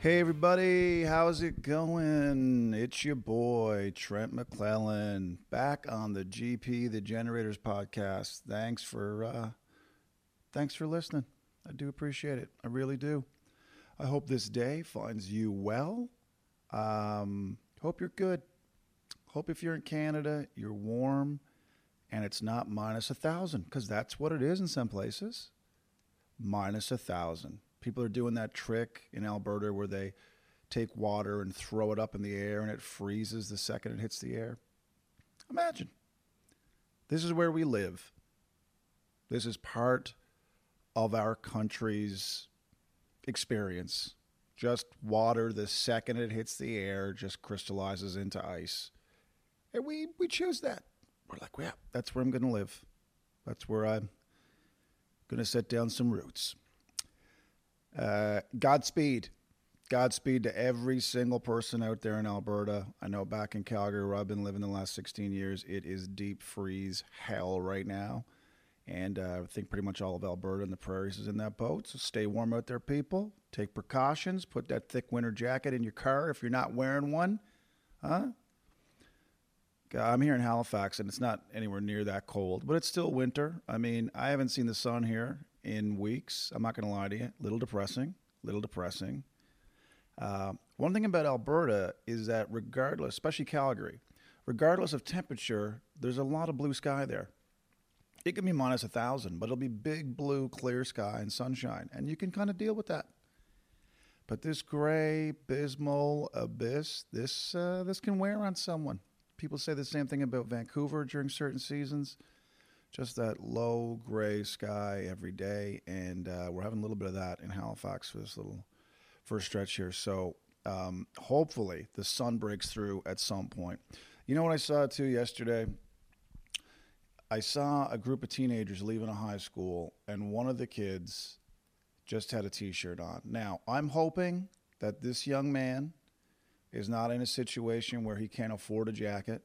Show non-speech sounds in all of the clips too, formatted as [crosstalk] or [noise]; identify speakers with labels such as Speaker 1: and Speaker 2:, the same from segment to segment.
Speaker 1: Hey everybody, how's it going? It's your boy Trent McClellan back on the GP the Generators podcast. Thanks for uh, thanks for listening. I do appreciate it. I really do. I hope this day finds you well. Um, hope you're good. Hope if you're in Canada, you're warm, and it's not minus a thousand because that's what it is in some places minus a thousand. People are doing that trick in Alberta where they take water and throw it up in the air and it freezes the second it hits the air. Imagine. This is where we live. This is part of our country's experience. Just water the second it hits the air just crystallizes into ice. And we, we choose that. We're like, yeah, that's where I'm going to live. That's where I'm going to set down some roots. Uh, Godspeed. Godspeed to every single person out there in Alberta. I know back in Calgary, where I've been living the last 16 years, it is deep freeze hell right now. And uh, I think pretty much all of Alberta and the prairies is in that boat. So stay warm out there, people. Take precautions. Put that thick winter jacket in your car if you're not wearing one. Huh? God, I'm here in Halifax and it's not anywhere near that cold, but it's still winter. I mean, I haven't seen the sun here in weeks. I'm not going to lie to you. Little depressing. Little depressing. Uh, one thing about Alberta is that, regardless, especially Calgary, regardless of temperature, there's a lot of blue sky there. It can be minus a thousand, but it'll be big blue, clear sky and sunshine, and you can kind of deal with that. But this gray, bismal abyss, this uh, this can wear on someone. People say the same thing about Vancouver during certain seasons. Just that low gray sky every day, and uh, we're having a little bit of that in Halifax for this little first stretch here. So um, hopefully the sun breaks through at some point. You know what I saw too yesterday? I saw a group of teenagers leaving a high school, and one of the kids just had a t shirt on. Now, I'm hoping that this young man is not in a situation where he can't afford a jacket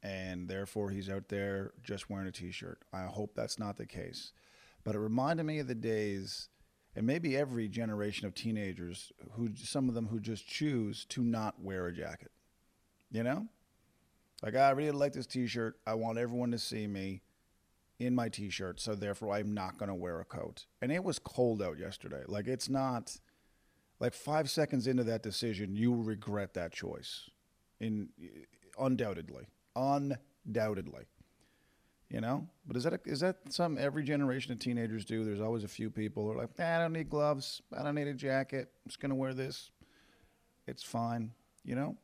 Speaker 1: and therefore he's out there just wearing a t shirt. I hope that's not the case. But it reminded me of the days, and maybe every generation of teenagers, who some of them who just choose to not wear a jacket. You know? Like, I really like this t shirt. I want everyone to see me in my t shirt. So, therefore, I'm not going to wear a coat. And it was cold out yesterday. Like, it's not, like, five seconds into that decision, you will regret that choice. In undoubtedly, undoubtedly, you know. But is that a, is that something every generation of teenagers do? There's always a few people who are like, nah, I don't need gloves. I don't need a jacket. I'm just gonna wear this. It's fine, you know.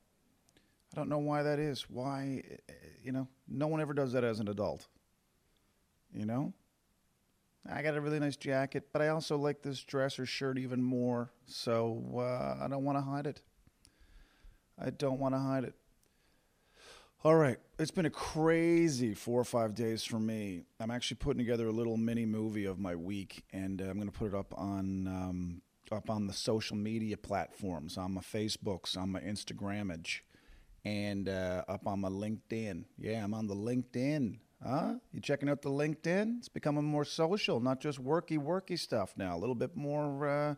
Speaker 1: I don't know why that is. Why, eh, you know, no one ever does that as an adult. You know, I got a really nice jacket, but I also like this dress or shirt even more. So uh, I don't want to hide it. I don't want to hide it. All right, it's been a crazy four or five days for me. I'm actually putting together a little mini movie of my week, and uh, I'm going to put it up on um, up on the social media platforms, on my Facebooks, on my Instagramage, and uh, up on my LinkedIn. Yeah, I'm on the LinkedIn. Huh? You checking out the LinkedIn? It's becoming more social, not just worky worky stuff now. A little bit more uh,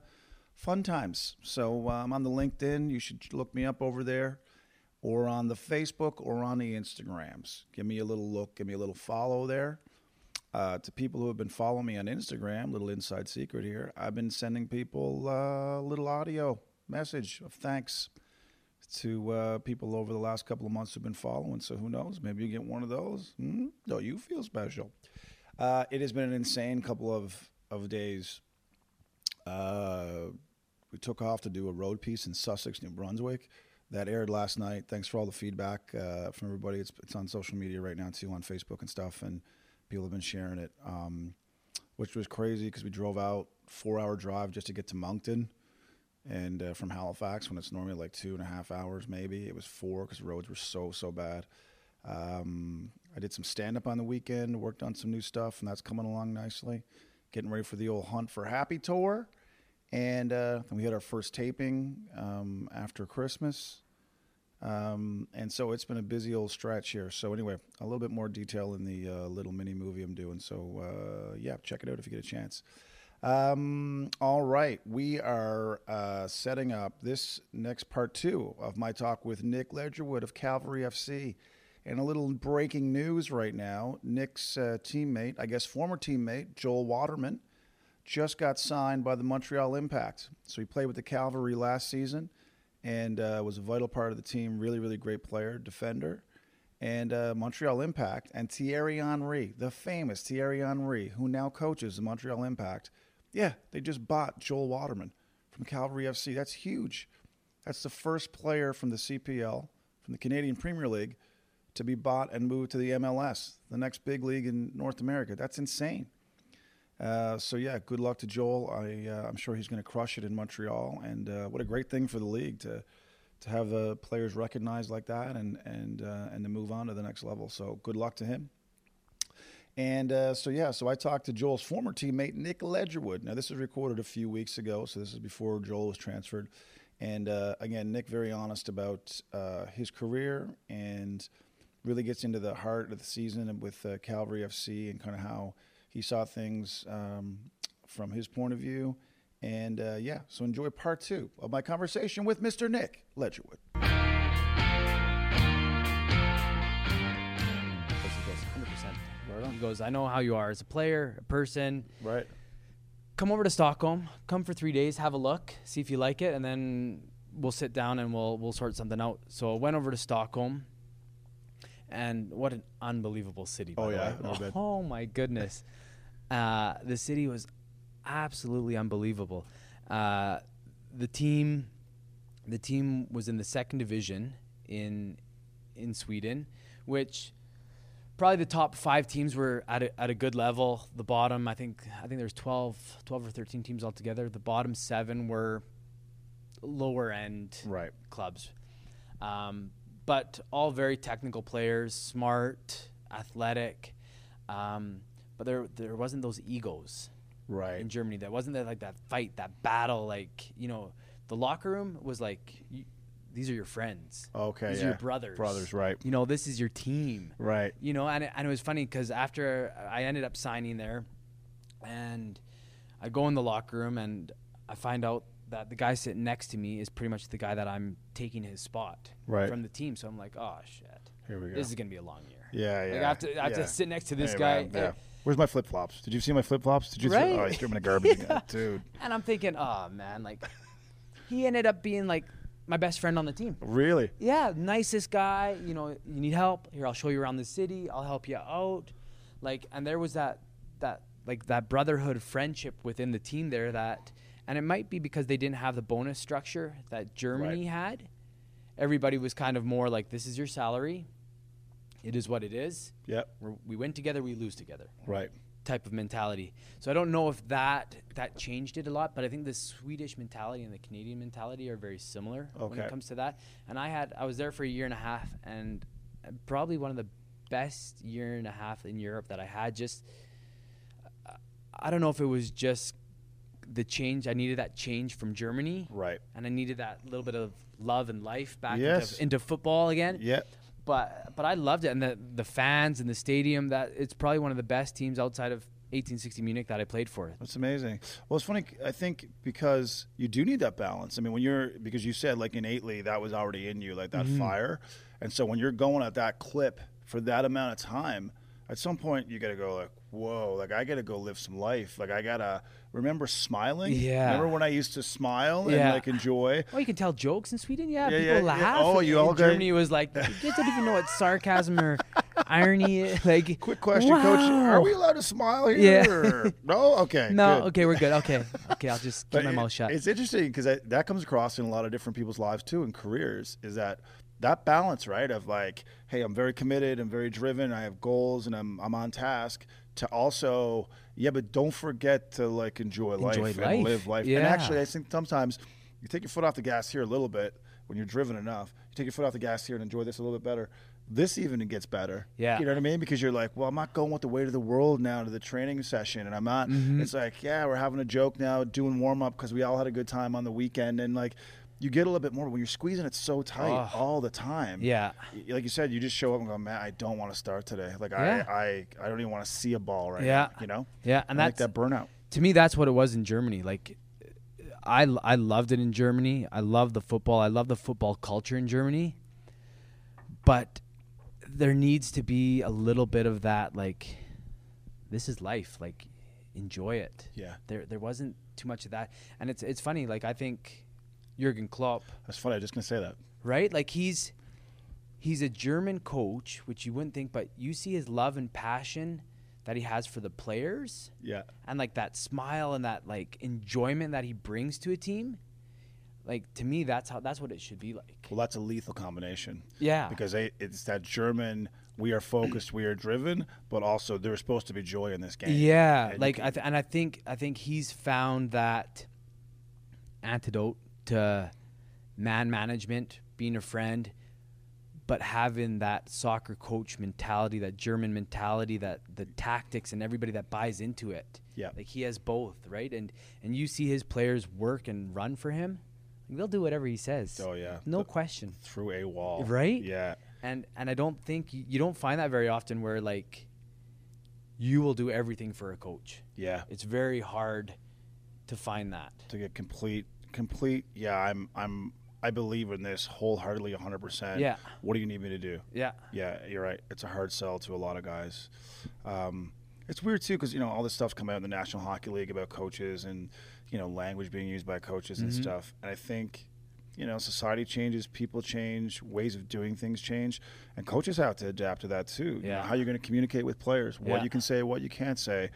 Speaker 1: fun times. So uh, I'm on the LinkedIn. You should look me up over there or on the Facebook or on the Instagrams. Give me a little look, give me a little follow there. Uh, to people who have been following me on Instagram, little inside secret here, I've been sending people uh, a little audio message of thanks to uh, people over the last couple of months who've been following. So who knows? Maybe you get one of those. Hmm? No, you feel special. Uh, it has been an insane couple of, of days uh, we took off to do a road piece in Sussex, New Brunswick. That aired last night. Thanks for all the feedback uh, from everybody. It's, it's on social media right now too, on Facebook and stuff, and people have been sharing it, um, which was crazy because we drove out four hour drive just to get to Moncton, and uh, from Halifax when it's normally like two and a half hours maybe it was four because roads were so so bad. Um, I did some stand up on the weekend, worked on some new stuff, and that's coming along nicely. Getting ready for the old Hunt for Happy tour. And uh, we had our first taping um, after Christmas. Um, and so it's been a busy old stretch here. So, anyway, a little bit more detail in the uh, little mini movie I'm doing. So, uh, yeah, check it out if you get a chance. Um, all right, we are uh, setting up this next part two of my talk with Nick Ledgerwood of Calvary FC. And a little breaking news right now Nick's uh, teammate, I guess former teammate, Joel Waterman, just got signed by the Montreal Impact. So he played with the Calvary last season and uh, was a vital part of the team. Really, really great player, defender. And uh, Montreal Impact and Thierry Henry, the famous Thierry Henry, who now coaches the Montreal Impact. Yeah, they just bought Joel Waterman from Calvary FC. That's huge. That's the first player from the CPL, from the Canadian Premier League, to be bought and moved to the MLS, the next big league in North America. That's insane. Uh, so yeah, good luck to Joel. I, uh, I'm sure he's going to crush it in Montreal, and uh, what a great thing for the league to to have uh, players recognized like that and and uh, and to move on to the next level. So good luck to him. And uh, so yeah, so I talked to Joel's former teammate Nick Ledgerwood. Now this was recorded a few weeks ago, so this is before Joel was transferred. And uh, again, Nick very honest about uh, his career and really gets into the heart of the season with uh, Calvary FC and kind of how he saw things um, from his point of view. And uh, yeah, so enjoy part two of my conversation with Mr. Nick Ledgerwood.
Speaker 2: Yes, he goes, 100%. He goes, I know how you are as a player, a person.
Speaker 1: Right.
Speaker 2: Come over to Stockholm, come for three days, have a look, see if you like it, and then we'll sit down and we'll we'll sort something out. So I went over to Stockholm, and what an unbelievable city! By
Speaker 1: Oh,
Speaker 2: the
Speaker 1: yeah,
Speaker 2: way.
Speaker 1: no bet.
Speaker 2: [laughs] oh my goodness, uh, the city was absolutely unbelievable. Uh, the team, the team was in the second division in in Sweden, which probably the top five teams were at a, at a good level. The bottom, I think, I think there's 12, 12 or 13 teams altogether. The bottom seven were lower end
Speaker 1: Right.
Speaker 2: clubs, um, but all very technical players, smart, athletic. Um, but there, there wasn't those egos in
Speaker 1: Right.
Speaker 2: Germany. That wasn't that like that fight, that battle. Like you know, the locker room was like, you, these are your friends.
Speaker 1: Okay.
Speaker 2: these
Speaker 1: yeah.
Speaker 2: are your brothers.
Speaker 1: Brothers. Right.
Speaker 2: You know, this is your team
Speaker 1: Right.
Speaker 2: you know, and it, and it was funny because after I ended up signing there, and I go in the locker room and I find out that the guy sitting next to me is pretty much the guy that I'm taking his spot
Speaker 1: Right.
Speaker 2: from the team. So I'm like, oh shit,
Speaker 1: Here we go.
Speaker 2: this is gonna be a long year.
Speaker 1: yeah. Yeah.
Speaker 2: Like I have to, I have
Speaker 1: yeah.
Speaker 2: to sit next to this
Speaker 1: Hey,
Speaker 2: guy.
Speaker 1: man, yeah. Where's my flip flops? Did you see my flip flops? Did you?
Speaker 2: Right?
Speaker 1: See, oh, I threw them in the
Speaker 2: [laughs]
Speaker 1: garbage, again. dude.
Speaker 2: And I'm thinking, oh man, like he ended up being like my best friend on the team.
Speaker 1: Really?
Speaker 2: yeah, nicest guy. You know, you need help. Here, I'll show you around the city. I'll help you out. Like, and there was that that like that brotherhood friendship within the team there that, and it might be because they didn't have the bonus structure that Germany
Speaker 1: Right.
Speaker 2: had. Everybody was kind of more like, this is your salary. It is what it is.
Speaker 1: Yep.
Speaker 2: We're, we win together, we lose together
Speaker 1: Right.
Speaker 2: type of mentality. So I don't know if that that changed it a lot, but I think the Swedish mentality and the Canadian mentality are very similar when
Speaker 1: Okay.
Speaker 2: it comes to that. And I had I was there for a year and a half, and probably one of the best year and a half in Europe that I had. Just I don't know if it was just the change I needed that change from Germany,
Speaker 1: Right.
Speaker 2: and I needed that little bit of love and life back
Speaker 1: Yes.
Speaker 2: into, into football again
Speaker 1: Yeah.
Speaker 2: but but I loved it, and the the fans and the stadium. That it's probably one of the best teams outside of 1860 Munich that I played for.
Speaker 1: That's amazing. Well, it's funny. I think because you do need that balance. I mean, when you're because you said like in Aitley that was already in you, like that
Speaker 2: Mm-hmm.
Speaker 1: fire, and so when you're going at that clip for that amount of time, at some point you got to go like, whoa, like I got to go live some life. Like I gotta remember smiling.
Speaker 2: Yeah.
Speaker 1: Remember when I used to smile and
Speaker 2: Yeah.
Speaker 1: like enjoy.
Speaker 2: Oh, you can tell jokes in Sweden. Yeah,
Speaker 1: Yeah,
Speaker 2: people
Speaker 1: yeah, yeah.
Speaker 2: laugh.
Speaker 1: Oh, you
Speaker 2: In
Speaker 1: all got-
Speaker 2: Germany
Speaker 1: [laughs]
Speaker 2: was like, you guys don't even know what sarcasm or irony. [laughs] Is. Like,
Speaker 1: Quick question, Coach. Are
Speaker 2: wow.
Speaker 1: we allowed to smile here?
Speaker 2: Yeah. [laughs]
Speaker 1: or- no. Okay.
Speaker 2: No,
Speaker 1: good.
Speaker 2: okay, we're good. Okay, okay, I'll just
Speaker 1: [laughs]
Speaker 2: keep
Speaker 1: But
Speaker 2: my
Speaker 1: it-
Speaker 2: mouth shut.
Speaker 1: It's interesting because that comes across in a lot of different people's lives too and careers is that that balance, right? Of like, hey, I'm very committed, I'm very driven, I have goals, and I'm I'm on task. To also, yeah, but don't forget to like enjoy life
Speaker 2: Enjoy
Speaker 1: and
Speaker 2: life.
Speaker 1: live life.
Speaker 2: Yeah.
Speaker 1: And actually, I think sometimes you take your foot off the gas here a little bit when you're driven enough. You take your foot off the gas here and enjoy this a little bit better. This even it gets better.
Speaker 2: Yeah.
Speaker 1: you know what I mean? Because you're like, well, I'm not going with the weight of the world now to the training session, and I'm not.
Speaker 2: Mm-hmm.
Speaker 1: It's like, yeah, we're having a joke now, doing warm up because we all had a good time on the weekend, and like, you get a little bit more when you're squeezing it so tight
Speaker 2: Ugh.
Speaker 1: all the time.
Speaker 2: yeah,
Speaker 1: Y- like you said, you just show up and go, man, I don't want to start today. Like
Speaker 2: Yeah.
Speaker 1: I, I, I don't even want to see a ball right
Speaker 2: Yeah.
Speaker 1: now. You know,
Speaker 2: yeah, and
Speaker 1: I like
Speaker 2: that's
Speaker 1: that burnout.
Speaker 2: to me that's what it was in Germany. Like I I loved it in Germany. I love the football. I love the football culture in Germany. But there needs to be a little bit of that like this is life. Like enjoy it.
Speaker 1: Yeah.
Speaker 2: There there wasn't too much of that. And it's it's funny like I think Jurgen Klopp
Speaker 1: That's funny. I was just gonna say that.
Speaker 2: right? Like he's he's a German coach, which you wouldn't think, but you see his love and passion that he has for the players
Speaker 1: Yeah.
Speaker 2: and like that smile and that like enjoyment that he brings to a team. Like to me that's how that's what it should be like.
Speaker 1: Well, that's a lethal combination.
Speaker 2: Yeah.
Speaker 1: Because they, it's that German. We are focused. we are driven. But also, there's supposed to be joy in this game.
Speaker 2: Yeah,
Speaker 1: And you
Speaker 2: like
Speaker 1: can-
Speaker 2: I th- and I think I think he's found that antidote to man management, being a friend, but having that soccer coach mentality, that German mentality, that the tactics and everybody that buys into it.
Speaker 1: Yeah.
Speaker 2: like he has both, right? And and you see his players work and run for him. They'll do whatever he says.
Speaker 1: Oh, yeah.
Speaker 2: no
Speaker 1: The-
Speaker 2: question
Speaker 1: through a wall.
Speaker 2: Right?
Speaker 1: Yeah.
Speaker 2: and and I don't think y- you don't find that very often where like you will do everything for a coach.
Speaker 1: Yeah.
Speaker 2: It's very hard to find that.
Speaker 1: To get complete, complete. Yeah. I'm. I'm. I believe in this wholeheartedly, 100. percent
Speaker 2: Yeah.
Speaker 1: What do you need me to do?
Speaker 2: Yeah.
Speaker 1: Yeah, you're right. It's a hard sell to a lot of guys. Um, it's weird too because you know all this stuff's come out in the National Hockey League about coaches and you know language being used by coaches
Speaker 2: Mm-hmm.
Speaker 1: and stuff. And I think you know society changes, people change, ways of doing things change, and coaches have to adapt to that too. You know,
Speaker 2: Yeah.
Speaker 1: how you're going to communicate with players, what
Speaker 2: Yeah.
Speaker 1: you can say, what you can't say,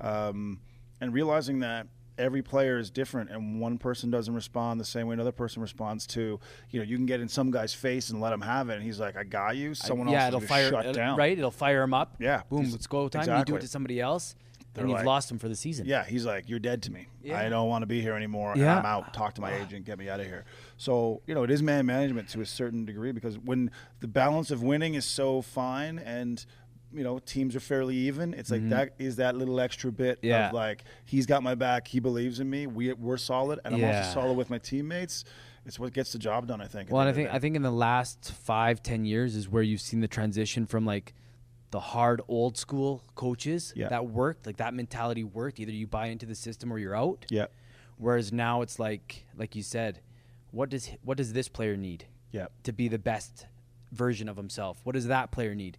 Speaker 1: um, and realizing that. Every player is different, and one person doesn't respond the same way another person responds to. You know, you can get in some guy's face and let him have it, and he's like, "I got you." Someone
Speaker 2: yeah,
Speaker 1: else will
Speaker 2: it'll
Speaker 1: just
Speaker 2: fire uh,
Speaker 1: shut
Speaker 2: it'll-
Speaker 1: down.
Speaker 2: right. It'll fire him up.
Speaker 1: Yeah.
Speaker 2: Boom.
Speaker 1: He's-
Speaker 2: Let's go time. You do
Speaker 1: exactly.
Speaker 2: it to somebody else,
Speaker 1: They're
Speaker 2: and you've
Speaker 1: like-
Speaker 2: lost him for the season.
Speaker 1: Yeah, he's like, "You're dead to me.
Speaker 2: Yeah.
Speaker 1: I don't want to be here anymore. and
Speaker 2: Yeah.
Speaker 1: I'm out. Talk to my agent. Get me out of here." So you know, it is man management to a certain degree because when the balance of winning is so fine and you know teams are fairly even, it's like that is that little extra bit
Speaker 2: Mm-hmm. Yeah.
Speaker 1: of like, "He's got my back. He believes in me. We we're solid, and I'm
Speaker 2: Yeah.
Speaker 1: also solid with my teammates." It's what gets the job done, I think. at
Speaker 2: Well,
Speaker 1: the
Speaker 2: and I
Speaker 1: end of
Speaker 2: think I think in the last five ten years is where you've seen the transition from like the hard old school coaches
Speaker 1: Yeah.
Speaker 2: that worked, like that mentality worked. Either you buy into the system or you're out.
Speaker 1: the day.
Speaker 2: Whereas now it's like, like you said, what does what does this player need
Speaker 1: yeah, yeah,
Speaker 2: to be the best version of himself? What does that player need?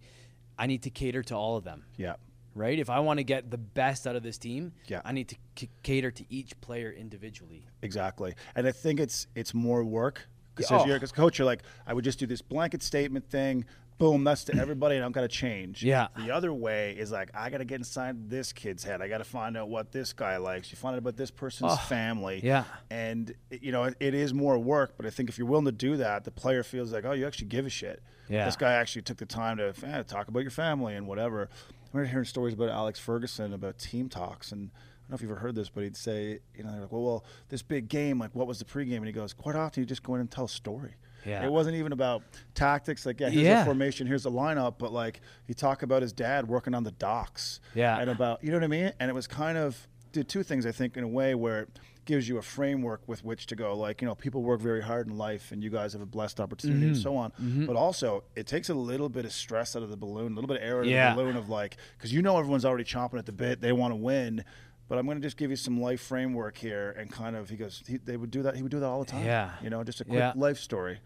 Speaker 2: I need to cater to all of them,
Speaker 1: yeah,
Speaker 2: right? If I want to get the best out of this team,
Speaker 1: Yeah.
Speaker 2: I need to c- cater to each player individually.
Speaker 1: exactly. And I think it's it's more work because
Speaker 2: Yeah, oh.
Speaker 1: you're because coach, you're like, I would just do this blanket statement thing. Boom, that's to everybody, and I'm gonna change.
Speaker 2: Yeah.
Speaker 1: The other way is like, I gotta get inside this kid's head. I gotta find out what this guy likes. You find out about this person's family.
Speaker 2: yeah.
Speaker 1: And you know, it, it is more work, but I think if you're willing to do that, the player feels like, oh, you actually give a shit.
Speaker 2: Yeah.
Speaker 1: This guy actually took the time to eh, talk about your family and whatever. I remember hearing stories about Alex Ferguson about team talks and. I don't know if you've ever heard this, but he'd say, you know, they're like, well, well, this big game, like, what was the pregame? And he goes, quite often you just go in and tell a story.
Speaker 2: Yeah.
Speaker 1: It wasn't even about tactics, like, yeah, here's
Speaker 2: Yeah.
Speaker 1: a formation, here's a lineup, but like, he talked about his dad working on the docks.
Speaker 2: Yeah.
Speaker 1: And about, you know what I mean? And it was kind of, did two things, I think, in a way where it gives you a framework with which to go, like, you know, people work very hard in life and you guys have a blessed opportunity
Speaker 2: Mm-hmm.
Speaker 1: and so on. But also, it takes a little bit of stress out of the balloon, a little bit of air out
Speaker 2: Yeah.
Speaker 1: of the balloon of like, because you know everyone's already chomping at the bit, they want to win. But I'm going to just give you some life framework here, and kind of he goes, he, they would do that. He would do that all the time.
Speaker 2: Yeah.
Speaker 1: you know, just a quick
Speaker 2: Yeah.
Speaker 1: life story,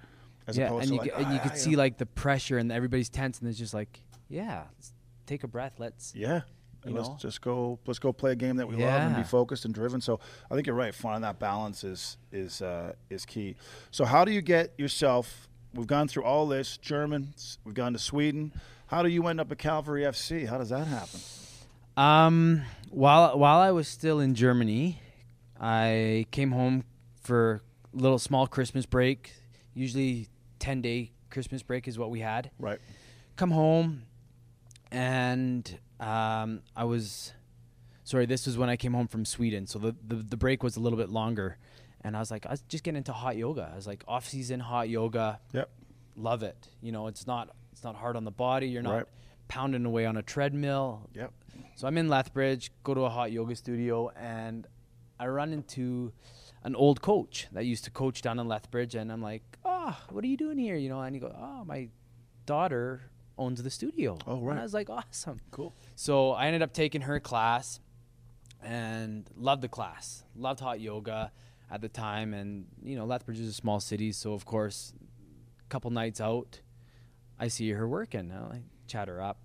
Speaker 1: as
Speaker 2: yeah,
Speaker 1: opposed
Speaker 2: and
Speaker 1: to
Speaker 2: you,
Speaker 1: like,
Speaker 2: c- and you
Speaker 1: "Ah,
Speaker 2: could see like the pressure and everybody's tense, and it's just like, yeah, let's take a breath. Let's
Speaker 1: Yeah. And
Speaker 2: you
Speaker 1: let's
Speaker 2: know?
Speaker 1: just go. Let's go play a game that we love and be
Speaker 2: Yeah.
Speaker 1: focused and driven. So I think you're right. Finding that balance is is uh, is key. So how do you get yourself? We've gone through all this. German. s- We've gone to Sweden. How do you end up at Calvary FC? How does that happen?
Speaker 2: Um, while while I was still in Germany, I came home for a little small Christmas break. Usually, ten day Christmas break is what we had.
Speaker 1: Right.
Speaker 2: Come home, and um, I was sorry. This was when I came home from Sweden, so the, the the break was a little bit longer. And I was like, I was just getting into hot yoga. I was like, off season hot yoga
Speaker 1: Yep.
Speaker 2: love it. You know, it's not it's not hard on the body. You're not
Speaker 1: Right.
Speaker 2: pounding away on a treadmill.
Speaker 1: Yep.
Speaker 2: So I'm in Lethbridge, go to a hot yoga studio, and I run into an old coach that used to coach down in Lethbridge, and I'm like, "Ah, what are you doing here?" You know, and he goes, "Oh, my daughter owns the studio."
Speaker 1: Oh,
Speaker 2: And
Speaker 1: right.
Speaker 2: I was like, "Awesome,
Speaker 1: Cool.
Speaker 2: So I ended up taking her class, and loved the class. Loved hot yoga at the time, and you know Lethbridge is a small city, so of course, a couple nights out, I see her working. I chat her up,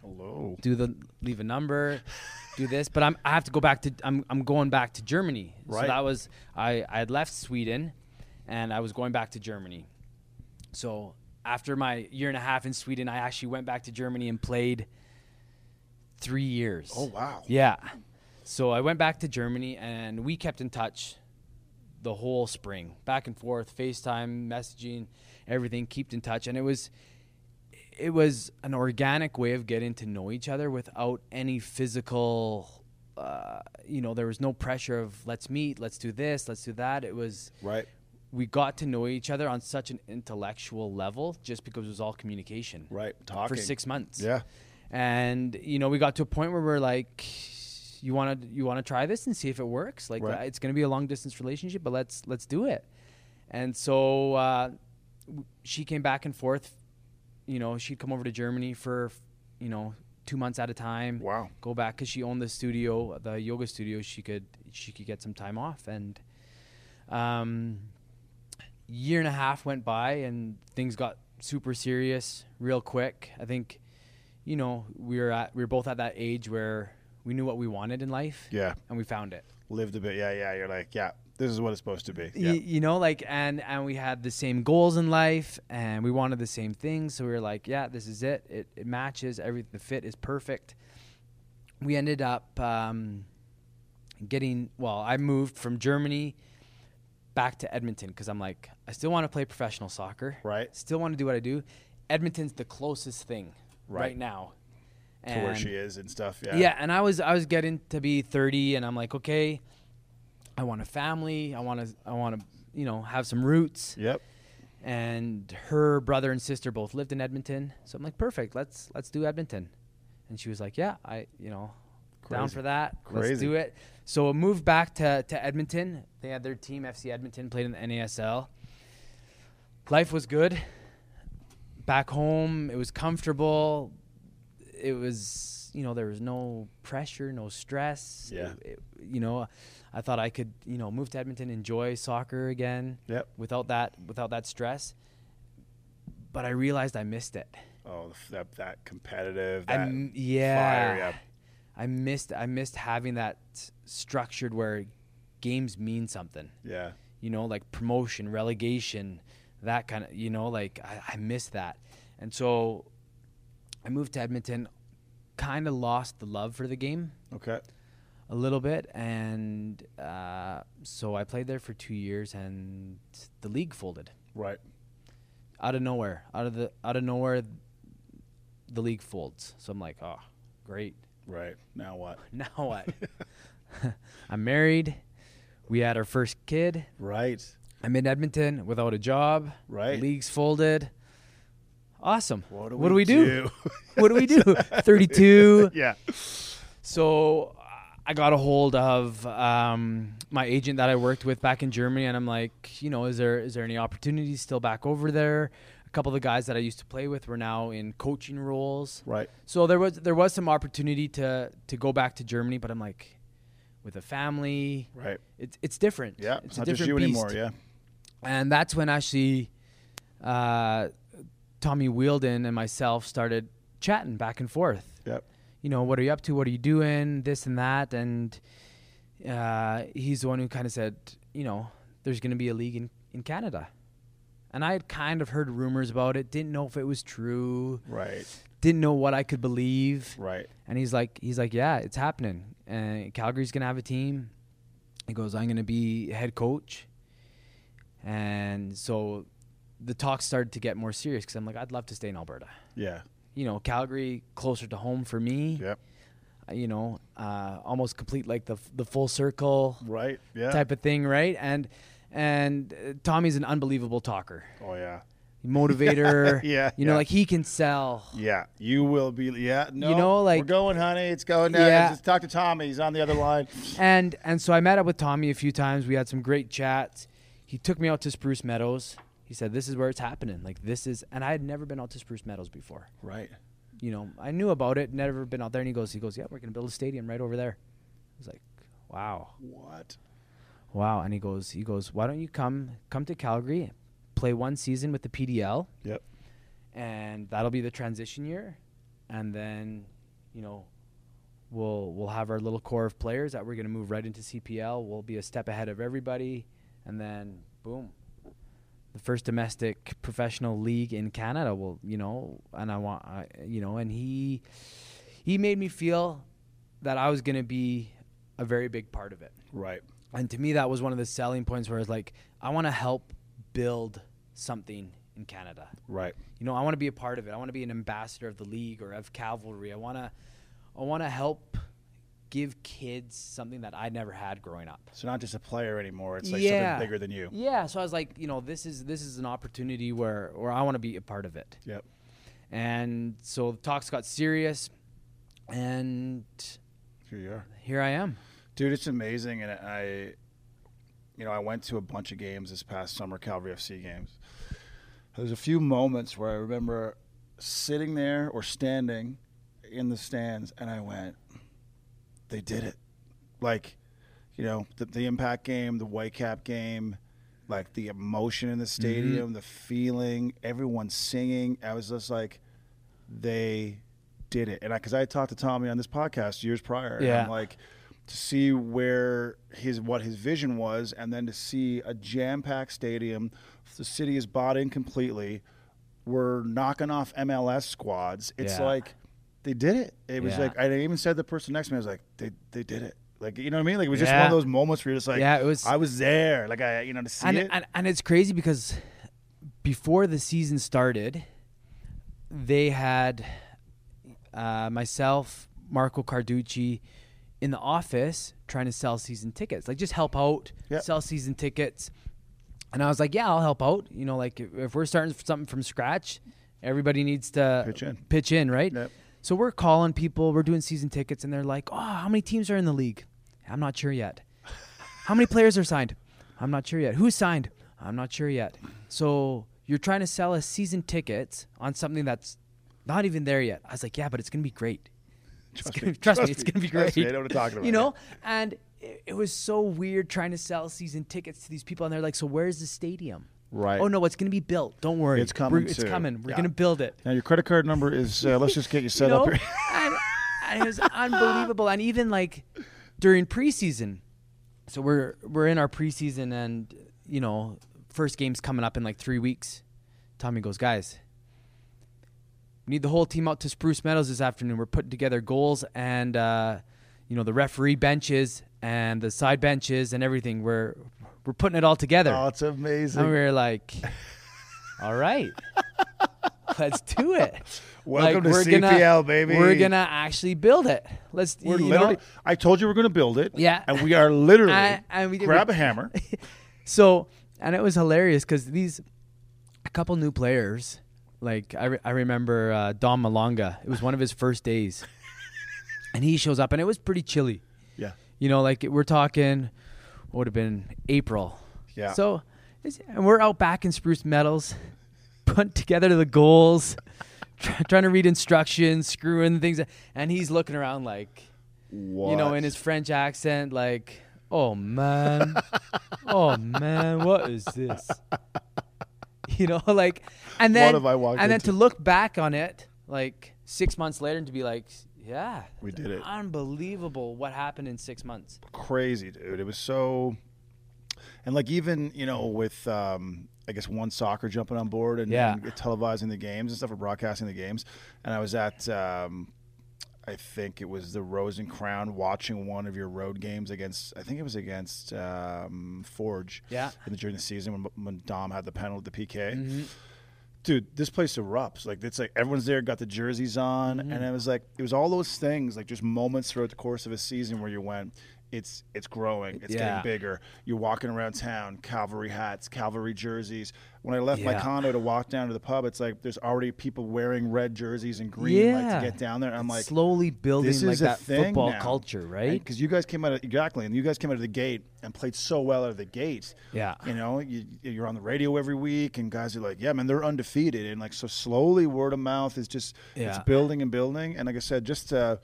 Speaker 1: Hello.
Speaker 2: do the leave a number, do this. But I'm I have to go back to I'm I'm going back to Germany. So
Speaker 1: Right.
Speaker 2: that was I I had left Sweden, and I was going back to Germany. So after my year and a half in Sweden, I actually went back to Germany and played three years.
Speaker 1: Oh wow.
Speaker 2: Yeah. So I went back to Germany and we kept in touch the whole spring, back and forth, FaceTime, messaging, everything, kept in touch. And it was it was an organic way of getting to know each other without any physical uh, you know, there was no pressure of let's meet, let's do this, let's do that. It was
Speaker 1: Right.
Speaker 2: we got to know each other on such an intellectual level just because it was all communication
Speaker 1: Right. Talking.
Speaker 2: for six months.
Speaker 1: Yeah.
Speaker 2: and you know we got to a point where we're like, you want to you want to try this and see if it works. Like
Speaker 1: Right.
Speaker 2: it's going to be a long distance relationship, but let's let's do it. And so uh, w- she came back and forth. You know, she'd come over to Germany for you know two months at a time.
Speaker 1: Wow.
Speaker 2: Go back because she owned the studio, the yoga studio. She could she could get some time off and. Um, year and a half went by and things got super serious real quick. I think, you know, we were at we were both at that age where we knew what we wanted in life.
Speaker 1: Yeah.
Speaker 2: And we found it.
Speaker 1: Lived a bit. Yeah. Yeah. You're like, yeah. This is what it's supposed to be.
Speaker 2: Y-
Speaker 1: Yeah.
Speaker 2: you know, like and and we had the same goals in life and we wanted the same things. So we were like, yeah, this is it. It it matches. Every the fit is perfect. We ended up um, getting well, I moved from Germany back to Edmonton because I'm like, I still want to play professional soccer.
Speaker 1: Right.
Speaker 2: Still want to do what I do. Edmonton's the closest thing right,
Speaker 1: Right.
Speaker 2: now.
Speaker 1: To where
Speaker 2: And-
Speaker 1: she is and stuff. Yeah.
Speaker 2: yeah. and I was I was getting to be 30 and I'm like, okay, I want a family. I want to I want to, you know, have some roots.
Speaker 1: Yep.
Speaker 2: And her brother and sister both lived in Edmonton. So I'm like, perfect. Let's let's do Edmonton. And she was like, yeah, I, you know, down
Speaker 1: Crazy.
Speaker 2: for that. Let's
Speaker 1: Crazy.
Speaker 2: do it. So I moved back to to Edmonton. They had their team FC Edmonton played in the NASL. Life was good. Back home, it was comfortable it was you know there was no pressure no stress
Speaker 1: Yeah.
Speaker 2: It- it- you know i thought i could you know move to edmonton enjoy soccer again
Speaker 1: Yep.
Speaker 2: without that without that stress but i realized i missed it
Speaker 1: Oh, that that competitive.
Speaker 2: I
Speaker 1: That
Speaker 2: m- yeah
Speaker 1: fire. Yeah.
Speaker 2: i missed i missed having that structured where games mean something
Speaker 1: Yeah.
Speaker 2: you know, like promotion, relegation, that kind of, you know, like I, I miss that. And so I moved to Edmonton, kind of lost the love for the game
Speaker 1: Okay.
Speaker 2: a little bit. And uh, so I played there for two years and the league folded
Speaker 1: Right.
Speaker 2: out of nowhere, out of the, out of nowhere, the league folds. So I'm like, oh, great. [laughs]
Speaker 1: Right. Now what?
Speaker 2: Now what? [laughs] I'm married. We had our first kid.
Speaker 1: Right.
Speaker 2: I'm in Edmonton without a job.
Speaker 1: Right.
Speaker 2: Leagues folded. Awesome.
Speaker 1: What do [laughs] we,
Speaker 2: [laughs] what do we do? 32.
Speaker 1: yeah.
Speaker 2: So uh, I got a hold of um, my agent that I worked with back in Germany, and I'm like, you know, is there is there any opportunities still back over there? A couple of the guys that I used to play with were now in coaching roles.
Speaker 1: Right.
Speaker 2: So there was there was some opportunity to to go back to Germany, but I'm like, with a family,
Speaker 1: Right.
Speaker 2: it's it's different.
Speaker 1: Yeah.
Speaker 2: it's
Speaker 1: It's
Speaker 2: a
Speaker 1: not
Speaker 2: different
Speaker 1: just you
Speaker 2: beast
Speaker 1: anymore. Yeah.
Speaker 2: and that's when actually uh, Tommy Wielden and myself started chatting back and forth.
Speaker 1: Yep.
Speaker 2: You know, what are you up to? What are you doing? This and that. And uh, he's the one who kind of said, you know, there's going to be a league in, in Canada. And I had kind of heard rumors about it, didn't know if it was true,
Speaker 1: Right.
Speaker 2: didn't know what I could believe.
Speaker 1: Right.
Speaker 2: And he's like, he's like, yeah, it's happening. And Calgary's gonna have a team. He goes, I'm gonna be head coach. And so, the talks started to get more serious because I'm like, I'd love to stay in Alberta.
Speaker 1: Yeah.
Speaker 2: You know, Calgary closer to home for me.
Speaker 1: Yep.
Speaker 2: Uh, You know, uh, almost complete like the the full circle
Speaker 1: Right. Yeah.
Speaker 2: type of thing, right? And and uh, Tommy's an unbelievable talker,
Speaker 1: Oh yeah. [laughs]
Speaker 2: motivator.
Speaker 1: Yeah,
Speaker 2: You know,
Speaker 1: yeah.
Speaker 2: like he can sell.
Speaker 1: Yeah. You will be. Yeah. No.
Speaker 2: know, like-
Speaker 1: we're going, honey. It's going down.
Speaker 2: Yeah.
Speaker 1: Just talk to Tommy. He's on the other line.
Speaker 2: And and so I met up with Tommy a few times. We had some great chats. He took me out to Spruce Meadows. He said, "This is where it's happening. Like this is." And I had never been out to Spruce Meadows before.
Speaker 1: Right.
Speaker 2: You know, I knew about it, never been out there. And he goes, "He goes, yeah, we're gonna build a stadium right over there." was like, wow,
Speaker 1: What?
Speaker 2: wow. And he goes, he goes, why don't you come come to Calgary, play one season with the PDL,
Speaker 1: Yep.
Speaker 2: and that'll be the transition year, and then, you know, we'll we'll have our little core of players that we're gonna move right into CPL. We'll be a step ahead of everybody, and then boom, the first domestic professional league in Canada. Will you know? And I want I, you know, and he he made me feel that I was gonna be a very big part of it
Speaker 1: Right.
Speaker 2: and to me that was one of the selling points where it's like i want to help build something in canada
Speaker 1: Right.
Speaker 2: you know i want to be a part of it i want to be an ambassador of the league or of cavalry i want to i want to help give kids something that i never had growing up
Speaker 1: So not just a player anymore. It's like
Speaker 2: Yeah.
Speaker 1: something bigger than you.
Speaker 2: yeah so i was like you know this is this is an opportunity where where i want to be a part of it
Speaker 1: Yep.
Speaker 2: and so the talks got serious and
Speaker 1: Here you are.
Speaker 2: here i am
Speaker 1: Dude, it's amazing, and I, you know, I went to a bunch of games this past summer, Calgary FC games. There's a few moments where I remember sitting there or standing in the stands, and I went, "They did it!" Like, you know, the, the impact game, the Whitecap game, like the emotion in the
Speaker 2: Mm-hmm.
Speaker 1: stadium, the feeling, everyone singing. I was just like, "They did it!" And I, because I had talked to Tommy on this podcast years prior, and
Speaker 2: Yeah.
Speaker 1: I'm like to see where his what his vision was and then to see a jam-packed stadium the city is bought in completely we're knocking off mls squads it's
Speaker 2: Yeah.
Speaker 1: like they did it it was
Speaker 2: Yeah.
Speaker 1: like i even said to the person next to me i was like they, they did it like you know what i mean like it was just one
Speaker 2: Yeah.
Speaker 1: of those moments where you're just like
Speaker 2: yeah it was
Speaker 1: i was there like i you know to see
Speaker 2: and,
Speaker 1: it
Speaker 2: and and it's crazy because before the season started, they had uh, myself, Marco Carducci, in the office trying to sell season tickets, like just help out,
Speaker 1: Yep.
Speaker 2: sell season tickets. And I was like, yeah, I'll help out. You know, like if, if we're starting something from scratch, everybody needs to
Speaker 1: Pitch in.
Speaker 2: pitch in, right?
Speaker 1: Yep.
Speaker 2: So we're calling people, we're doing season tickets, and they're like, oh, how many teams are in the league? I'm not sure yet. How many players are signed? I'm not sure yet. Who's signed? I'm not sure yet. So you're trying to sell us season tickets on something that's not even there yet. I was like, yeah, but it's gonna be great.
Speaker 1: trust,
Speaker 2: It's gonna, [laughs] trust, me, it's gonna be great.
Speaker 1: trust me, i know what i'm talking about
Speaker 2: You know, and it, it was so weird trying to sell season tickets to these people, and they're like, so where's the stadium?
Speaker 1: Right.
Speaker 2: Oh no, it's gonna be built. Don't worry,
Speaker 1: It's coming
Speaker 2: We're, it's
Speaker 1: soon.
Speaker 2: coming. We're
Speaker 1: Yeah.
Speaker 2: gonna build it.
Speaker 1: now your credit card number is uh, let's just get you set
Speaker 2: You know? [laughs]
Speaker 1: up here
Speaker 2: and, and it was unbelievable. And even like during preseason, so we're we're in our preseason, and you know, first game's coming up in like three weeks. Tommy goes, guys, we need the whole team out to Spruce Meadows this afternoon. We're putting together goals and uh, you know the referee benches and the side benches and everything. We're we're putting it all together.
Speaker 1: oh it's amazing
Speaker 2: And we were like, all right, let's do it.
Speaker 1: Welcome
Speaker 2: Like,
Speaker 1: to
Speaker 2: we're
Speaker 1: CPL,
Speaker 2: gonna,
Speaker 1: baby.
Speaker 2: We're going to actually build it. Let's,
Speaker 1: We're
Speaker 2: you
Speaker 1: literally.
Speaker 2: know.
Speaker 1: I told you we're going to build it.
Speaker 2: Yeah.
Speaker 1: and we are
Speaker 2: [laughs]
Speaker 1: literally.
Speaker 2: And- and we did-
Speaker 1: grab
Speaker 2: we-
Speaker 1: a
Speaker 2: [laughs]
Speaker 1: hammer.
Speaker 2: So, and it was hilarious because these, a couple new players, like I, re- I remember uh, Don Malonga, it was one of his
Speaker 1: [laughs]
Speaker 2: first days. and he shows up and it was pretty chilly.
Speaker 1: yeah,
Speaker 2: You know, like we're talking, what would have been April.
Speaker 1: Yeah.
Speaker 2: So, it's- and we're out back in Spruce Meadows, [laughs] putting together the goals, [laughs] try, trying to read instructions, screwing things, and he's looking around like, you know, in his French accent, like, oh man, oh man, what is this? [laughs] You know, like, and then,
Speaker 1: have I walked
Speaker 2: and then
Speaker 1: into?
Speaker 2: to look back on it, like six months later, and to be like, yeah,
Speaker 1: We did it.
Speaker 2: Unbelievable what happened in six months.
Speaker 1: crazy, dude. It was so, and like even you know with um, I guess one soccer jumping on board and,
Speaker 2: Yeah.
Speaker 1: and televising the games and stuff, or broadcasting the games. And I was at. Um, I think it was the Rose and Crown watching one of your road games against. I think it was against um, Forge.
Speaker 2: Yeah. Mm-hmm.
Speaker 1: in the, during the season when, when Dom had the penalty, the PK. Dude, this place erupts. Like it's like everyone's there, got the jerseys on,
Speaker 2: Mm-hmm.
Speaker 1: and it was like it was all those things, like just moments throughout the course of a season where you went, it's it's growing, it's getting
Speaker 2: Yeah.
Speaker 1: bigger. You're walking around town, cavalry hats, cavalry jerseys. When I left my
Speaker 2: Yeah.
Speaker 1: condo to walk down to the pub, it's like there's already people wearing red jerseys and green, like
Speaker 2: Yeah.
Speaker 1: to get down there. And I'm like,
Speaker 2: slowly building
Speaker 1: this
Speaker 2: like
Speaker 1: is a
Speaker 2: that
Speaker 1: thing
Speaker 2: football
Speaker 1: now.
Speaker 2: culture, right?
Speaker 1: Because you guys came out of, exactly, and you guys came out of the gate and played so well out of the gate.
Speaker 2: Yeah.
Speaker 1: you know, you, you're on the radio every week, and guys are like, "Yeah, man, they're undefeated," and like so slowly, word of mouth is just it's
Speaker 2: Yeah.
Speaker 1: building and building. And like I said, just uh,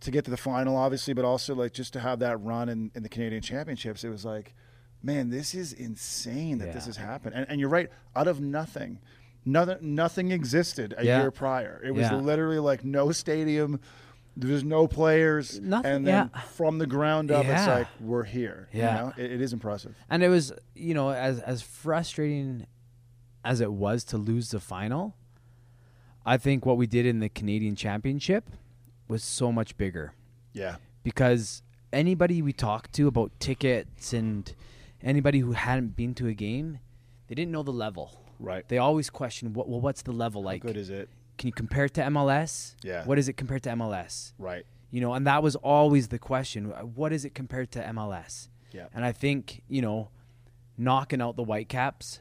Speaker 1: to get to the final, obviously, but also like just to have that run in, in the Canadian Championships. It was like, man, this is insane that this
Speaker 2: Yeah.
Speaker 1: has happened. And, and you're right, out of nothing, nothing, nothing existed a
Speaker 2: Yeah.
Speaker 1: year prior. It was
Speaker 2: Yeah.
Speaker 1: literally like no stadium, there was no players,
Speaker 2: Nothing,
Speaker 1: and then
Speaker 2: yeah.
Speaker 1: from the ground up, it's
Speaker 2: Yeah.
Speaker 1: like we're here.
Speaker 2: Yeah.
Speaker 1: you know? it, it is impressive.
Speaker 2: And it was, you know, as as frustrating as it was to lose the final, I think what we did in the Canadian Championship was so much bigger
Speaker 1: Yeah,
Speaker 2: because anybody we talked to about tickets and anybody who hadn't been to a game, they didn't know the level.
Speaker 1: right.
Speaker 2: They always question, what, well, what's the level like?
Speaker 1: Good is it?
Speaker 2: Can you compare it to MLS?
Speaker 1: Yeah.
Speaker 2: What is it compared to MLS?
Speaker 1: Right.
Speaker 2: You know, and that was always the question. "Uh, What is it compared to MLS?
Speaker 1: Yeah.
Speaker 2: And I think, you know, knocking out the Whitecaps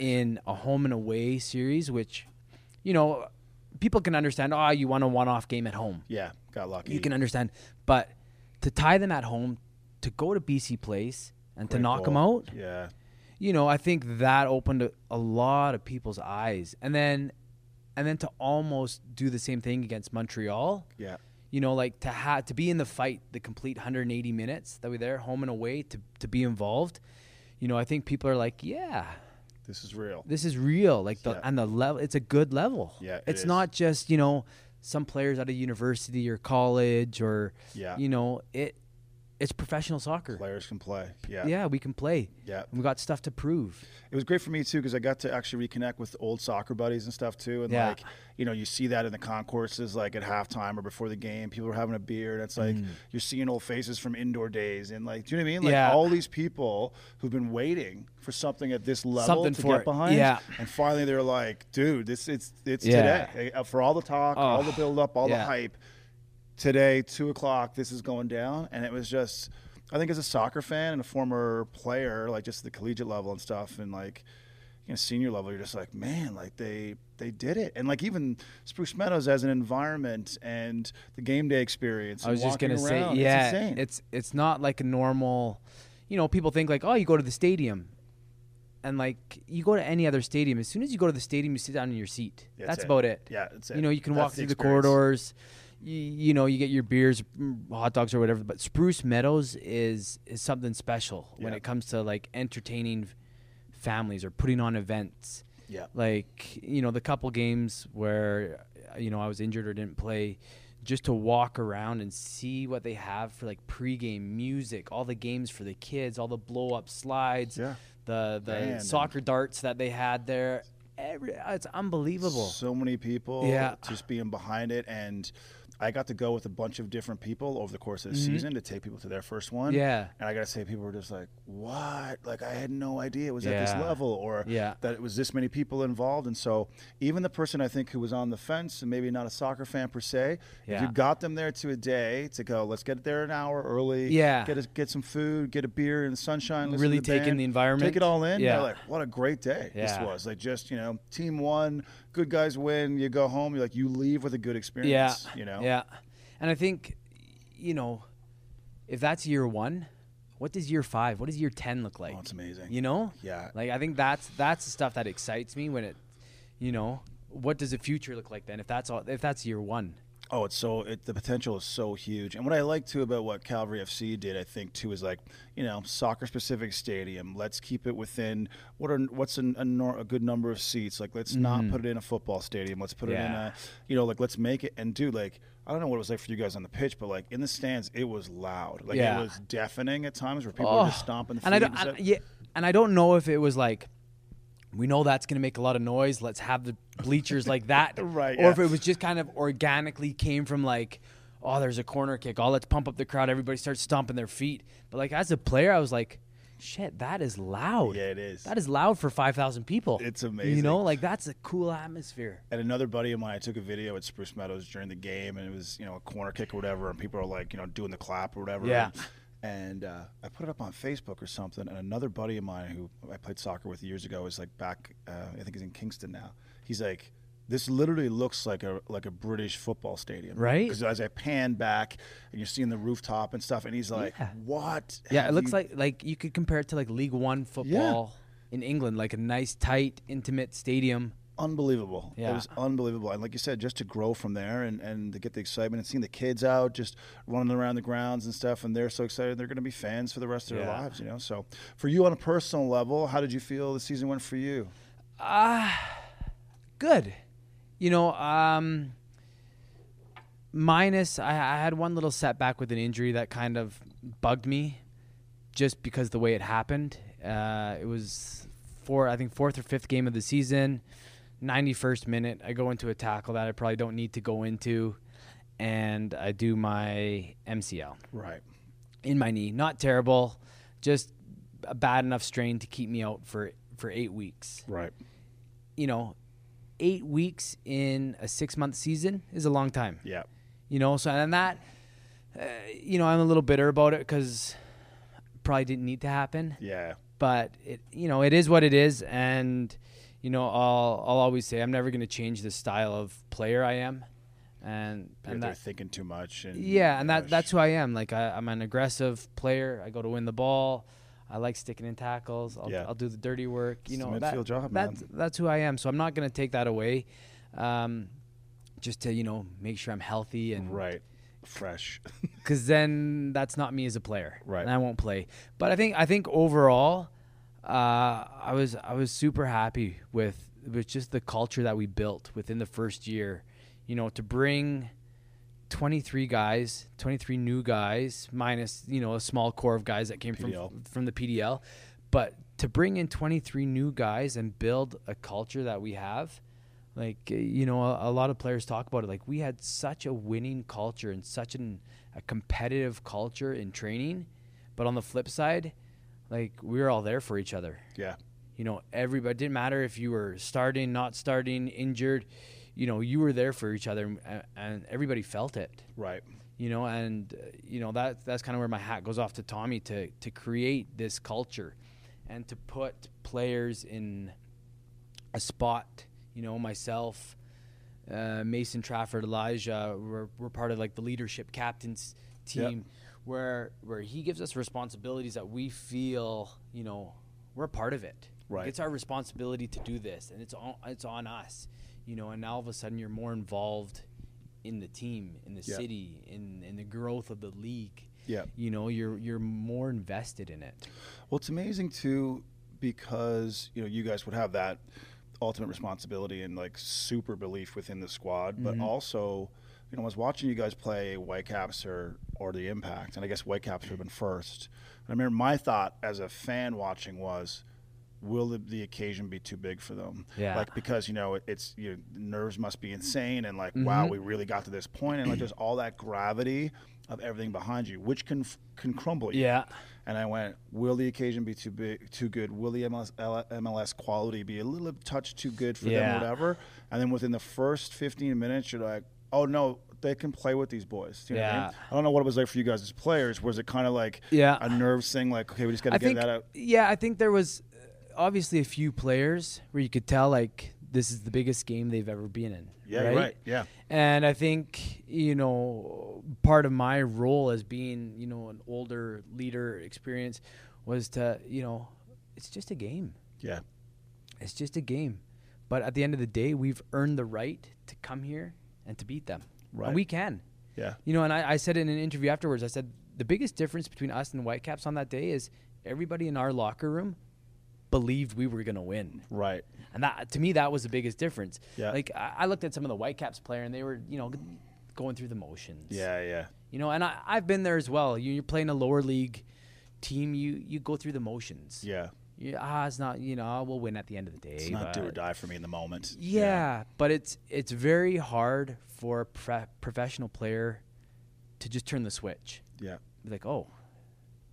Speaker 2: in a home and away series, which, you know, people can understand, oh, you want a one off game at home.
Speaker 1: Yeah, got lucky.
Speaker 2: You can understand. But to tie them at home, to go to BC Place and to
Speaker 1: Great
Speaker 2: knock them
Speaker 1: ball.
Speaker 2: out,
Speaker 1: Yeah,
Speaker 2: you know, I think that opened a, a lot of people's eyes. And then and then to almost do the same thing against Montreal,
Speaker 1: yeah,
Speaker 2: you know, like to ha- to be in the fight the complete 180 minutes that we there, home and away, to to be involved. You know, I think people are like, yeah,
Speaker 1: this is real.
Speaker 2: this is real. Like the
Speaker 1: Yeah.
Speaker 2: and the level, it's a good level.
Speaker 1: Yeah, it
Speaker 2: it's
Speaker 1: is.
Speaker 2: not just you know some players out of university or college or
Speaker 1: Yeah.
Speaker 2: you know it. It's professional soccer.
Speaker 1: Players can play. Yeah,
Speaker 2: yeah. we can play.
Speaker 1: Yeah.
Speaker 2: and we got stuff to prove.
Speaker 1: it was great for me too because I got to actually reconnect with old soccer buddies and stuff too. And
Speaker 2: Yeah.
Speaker 1: like, you know, you see that in the concourses, like at halftime or before the game, people are having a beer, and it's like
Speaker 2: Mm.
Speaker 1: you're seeing old faces from indoor days, and like, do you know what I mean? Like
Speaker 2: Yeah.
Speaker 1: all these people who've been waiting for something at this level
Speaker 2: Something
Speaker 1: to
Speaker 2: for
Speaker 1: get
Speaker 2: it.
Speaker 1: behind,
Speaker 2: Yeah.
Speaker 1: and finally they're like, dude, this it's it's
Speaker 2: Yeah.
Speaker 1: today Uh, for all the talk, all the build up, all the
Speaker 2: yeah.
Speaker 1: hype. Today, two o'clock, this is going down, and it was just. I think as a soccer fan and a former player, like just the collegiate level and stuff, and like you know, senior level, you're just like, man, like they they did it, and like even Spruce Meadows as an environment and the game day experience.
Speaker 2: I was
Speaker 1: and
Speaker 2: just gonna
Speaker 1: walking
Speaker 2: say,
Speaker 1: around,
Speaker 2: yeah,
Speaker 1: it's insane.
Speaker 2: it's it's not like a normal. You know, people think like, oh, you go to the stadium, and like you go to any other stadium. As soon as you go to the stadium, you sit down in your seat.
Speaker 1: That's
Speaker 2: That's
Speaker 1: it.
Speaker 2: about it.
Speaker 1: yeah, it's it.
Speaker 2: You know, you can
Speaker 1: That's
Speaker 2: walk through the
Speaker 1: experience.
Speaker 2: corridors. You, you know, you get your beers, mm, hot dogs, or whatever. But Spruce Meadows is is something special when
Speaker 1: Yeah.
Speaker 2: it comes to like entertaining f- families or putting on events.
Speaker 1: Yeah,
Speaker 2: Like you know, the couple games where uh, you know I was injured or didn't play, just to walk around and see what they have for like pregame music, all the games for the kids, all the blow up slides,
Speaker 1: Yeah.
Speaker 2: the the
Speaker 1: Man, and-
Speaker 2: soccer darts that they had there. Every, uh, it's unbelievable.
Speaker 1: so many people.
Speaker 2: Yeah.
Speaker 1: just being behind it, and I got to go with a bunch of different people over the course of the season to take people to their first one.
Speaker 2: Mm-hmm. Yeah.
Speaker 1: and I gotta say, people were just like, "What? Like, I had no idea it was at this
Speaker 2: Yeah.
Speaker 1: level, or
Speaker 2: Yeah.
Speaker 1: that it was this many people involved." And so, even the person I think who was on the fence and maybe not a soccer fan per se, if you
Speaker 2: Yeah.
Speaker 1: got them there to a day to go, let's get there an hour early,
Speaker 2: Yeah.
Speaker 1: get a, get some food, get a beer in the sunshine, listen to
Speaker 2: Really
Speaker 1: the
Speaker 2: take in
Speaker 1: band,
Speaker 2: the environment.
Speaker 1: take it all in.
Speaker 2: Yeah.
Speaker 1: they're like, "What a great day this
Speaker 2: Yeah.
Speaker 1: was!" Like, just you know, team won, good guys win. You go home, you like you leave with a good
Speaker 2: Yeah.
Speaker 1: experience. you know,
Speaker 2: Yeah. And I think, you know, if that's year one, what does year five, what does year 10 look like?
Speaker 1: Oh, it's amazing.
Speaker 2: You know?
Speaker 1: Yeah.
Speaker 2: Like, I think that's, that's the stuff that excites me when it, you know, what does the future look like then if that's all, if that's year one?
Speaker 1: Oh, it's so it, the potential is so huge. And what I like too about what Calvary FC did, I think too, is like you know soccer specific stadium. Let's keep it within what are what's an, a, nor, a good number of seats. Like let's not put it in a football stadium. Let's put it in
Speaker 2: Mm-hmm. Yeah.
Speaker 1: a you know like let's make it and do like I don't know what it was like for you guys on the pitch, but like in the stands it was loud. Like
Speaker 2: Yeah. Oh,
Speaker 1: it was deafening at times where people were just stomping. The feet
Speaker 2: and I don't,
Speaker 1: stuff.
Speaker 2: and- yeah, and I don't know if it was like, we know that's going to make a lot of noise. Let's have the bleachers like that,
Speaker 1: [laughs] Right,
Speaker 2: Or if
Speaker 1: yeah.
Speaker 2: it was just kind of organically came from like, oh, there's a corner kick. Oh, let's pump up the crowd. Everybody starts stomping their feet. But like as a player, I was like, shit, that is loud.
Speaker 1: Yeah, it is.
Speaker 2: That is loud for five thousand people.
Speaker 1: It's
Speaker 2: You
Speaker 1: amazing.
Speaker 2: know, like that's a cool atmosphere.
Speaker 1: and another buddy of mine, I took a video at Spruce Meadows during the game, and it was you know a corner kick or whatever, and people are like you know doing the clap or whatever.
Speaker 2: Yeah.
Speaker 1: And uh, I put it up on Facebook or something, and another buddy of mine who I played soccer with years ago is like back. Uh, I think he's in Kingston now. He's like, this literally looks like a like a British football stadium,
Speaker 2: Right?
Speaker 1: Because as I pan back, and you're seeing the rooftop and stuff, and he's like,
Speaker 2: Yeah.
Speaker 1: what?
Speaker 2: Yeah, it
Speaker 1: have
Speaker 2: looks
Speaker 1: you
Speaker 2: like like you could compare it to like League One football in England, like a nice, tight, intimate stadium.
Speaker 1: unbelievable.
Speaker 2: Yeah.
Speaker 1: It was unbelievable. And like you said, just to grow from there and, and to get the excitement and seeing the kids out just running around the grounds and stuff and they're so excited they're gonna be fans for the rest of their
Speaker 2: Yeah.
Speaker 1: lives, you know. So for you on a personal level, how did you feel the season went for you?
Speaker 2: Ah, good. You know, um, minus I, I had one little setback with an injury that kind of bugged me, just because the way it happened. Uh, it was four, I think fourth or fifth game of the season, 91st minute. I go into a tackle that I probably don't need to go into, and I do my MCL
Speaker 1: Right.
Speaker 2: in my knee. Not terrible, just a bad enough strain to keep me out for for eight weeks
Speaker 1: Right.
Speaker 2: you know, eight weeks in a six month season is a long time.
Speaker 1: Yeah.
Speaker 2: You know, so and that, uh, you know, I'm a little bitter about it because probably didn't need to happen,
Speaker 1: Yeah.
Speaker 2: but it, you know, it is what it is, and you know, I'll I'll always say I'm never going to change the style of player I am, and
Speaker 1: You're
Speaker 2: and that
Speaker 1: thinking too much and
Speaker 2: yeah, and that
Speaker 1: gosh.
Speaker 2: that's who I am. Like I, I'm an aggressive player. I go to win the ball. I like sticking in tackles. I'll,
Speaker 1: Yeah.
Speaker 2: I'll do the dirty work. You
Speaker 1: It's the
Speaker 2: know, that,
Speaker 1: midfield job, man.
Speaker 2: that's that's who I am. So I'm not gonna take that away. Um, just to you know make sure I'm healthy and
Speaker 1: right. Fresh.
Speaker 2: because then that's not me as a player,
Speaker 1: Right.
Speaker 2: And I won't play. But I think I think overall, uh, I was I was super happy with with just the culture that we built within the first year. You know, to bring twenty three guys, twenty three new guys, minus you know a small core of guys that came
Speaker 1: PDL.
Speaker 2: from from the PDL, but to bring in twenty three new guys and build a culture that we have like uh, you know a, a lot of players talk about it like we had such a winning culture and such an, a competitive culture in training but on the flip side like we were all there for each other
Speaker 1: yeah.
Speaker 2: you know everybody it didn't matter if you were starting not starting injured you know you were there for each other and, uh, and everybody felt it
Speaker 1: Right.
Speaker 2: you know and uh, you know that that's kind of where my hat goes off to Tommy to to create this culture and to put players in a spot you know myself uh, Mason Trafford Elijah we're, we're part of like the leadership captains
Speaker 1: Yep.
Speaker 2: team where where he gives us responsibilities that we feel you know we're a part of it
Speaker 1: Right.
Speaker 2: it's our responsibility to do this and it's on it's on us you know and now all of a sudden you're more involved in the team in the
Speaker 1: Yeah.
Speaker 2: city in in the growth of the league
Speaker 1: Yeah.
Speaker 2: you know you're you're more invested in it
Speaker 1: Well, it's amazing too because you know you guys would have that ultimate responsibility and like super belief within the squad, but also you know I was watching you guys play Whitecaps or or the Impact, and I guess Whitecaps would have been first. And I remember my thought as a fan watching was. Will the, the occasion be too big for them?
Speaker 2: Yeah.
Speaker 1: Like because you know it, it's you know, nerves must be insane and like wow we really got to this point and like there's all that gravity of everything behind you which can can crumble you.
Speaker 2: yeah
Speaker 1: And I went, will the occasion be too big, too good? Will the MLS, L- MLS quality be a little touch too good for them,
Speaker 2: Yeah.
Speaker 1: or whatever? And then within the first 15 minutes, you're like, oh no, they can play with these boys. You know what I, mean?
Speaker 2: Yeah.
Speaker 1: I don't know what it was like for you guys as players. Was it kind of like
Speaker 2: Yeah.
Speaker 1: a nerves thing? Like, okay, we just got to
Speaker 2: I
Speaker 1: get
Speaker 2: think
Speaker 1: that out.
Speaker 2: yeah I think there was uh, obviously a few players where you could tell like this is the biggest game they've ever been in
Speaker 1: Yeah, you're right. Yeah.
Speaker 2: And I think, you know, part of my role as being, you know, an older leader experience was to, you know, it's just a game.
Speaker 1: Yeah.
Speaker 2: It's just a game. But at the end of the day, we've earned the right to come here and to beat them.
Speaker 1: Right.
Speaker 2: And we can.
Speaker 1: Yeah.
Speaker 2: You know, and I, I said in an interview afterwards, I said the biggest difference between us and the Whitecaps on that day is everybody in our locker room believed we were going to win.
Speaker 1: Right.
Speaker 2: And that to me, that was the biggest difference.
Speaker 1: Yeah.
Speaker 2: Like I, I looked at some of the Whitecaps player, and they were, you know, going through the motions.
Speaker 1: Yeah. Yeah.
Speaker 2: You know, and I, I've been there as well. You, you're playing a lower league team. You you go through the motions.
Speaker 1: Yeah.
Speaker 2: You, ah, it's not. You know, we'll win at the end of the day.
Speaker 1: It's not do or
Speaker 2: but-
Speaker 1: die for me in the moment.
Speaker 2: Yeah, but it's it's very hard for a pre- professional player to just turn the switch.
Speaker 1: Yeah.
Speaker 2: Be like, oh,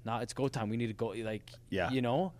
Speaker 2: now it's go time. We need to go. Like,
Speaker 1: Yeah.
Speaker 2: you know.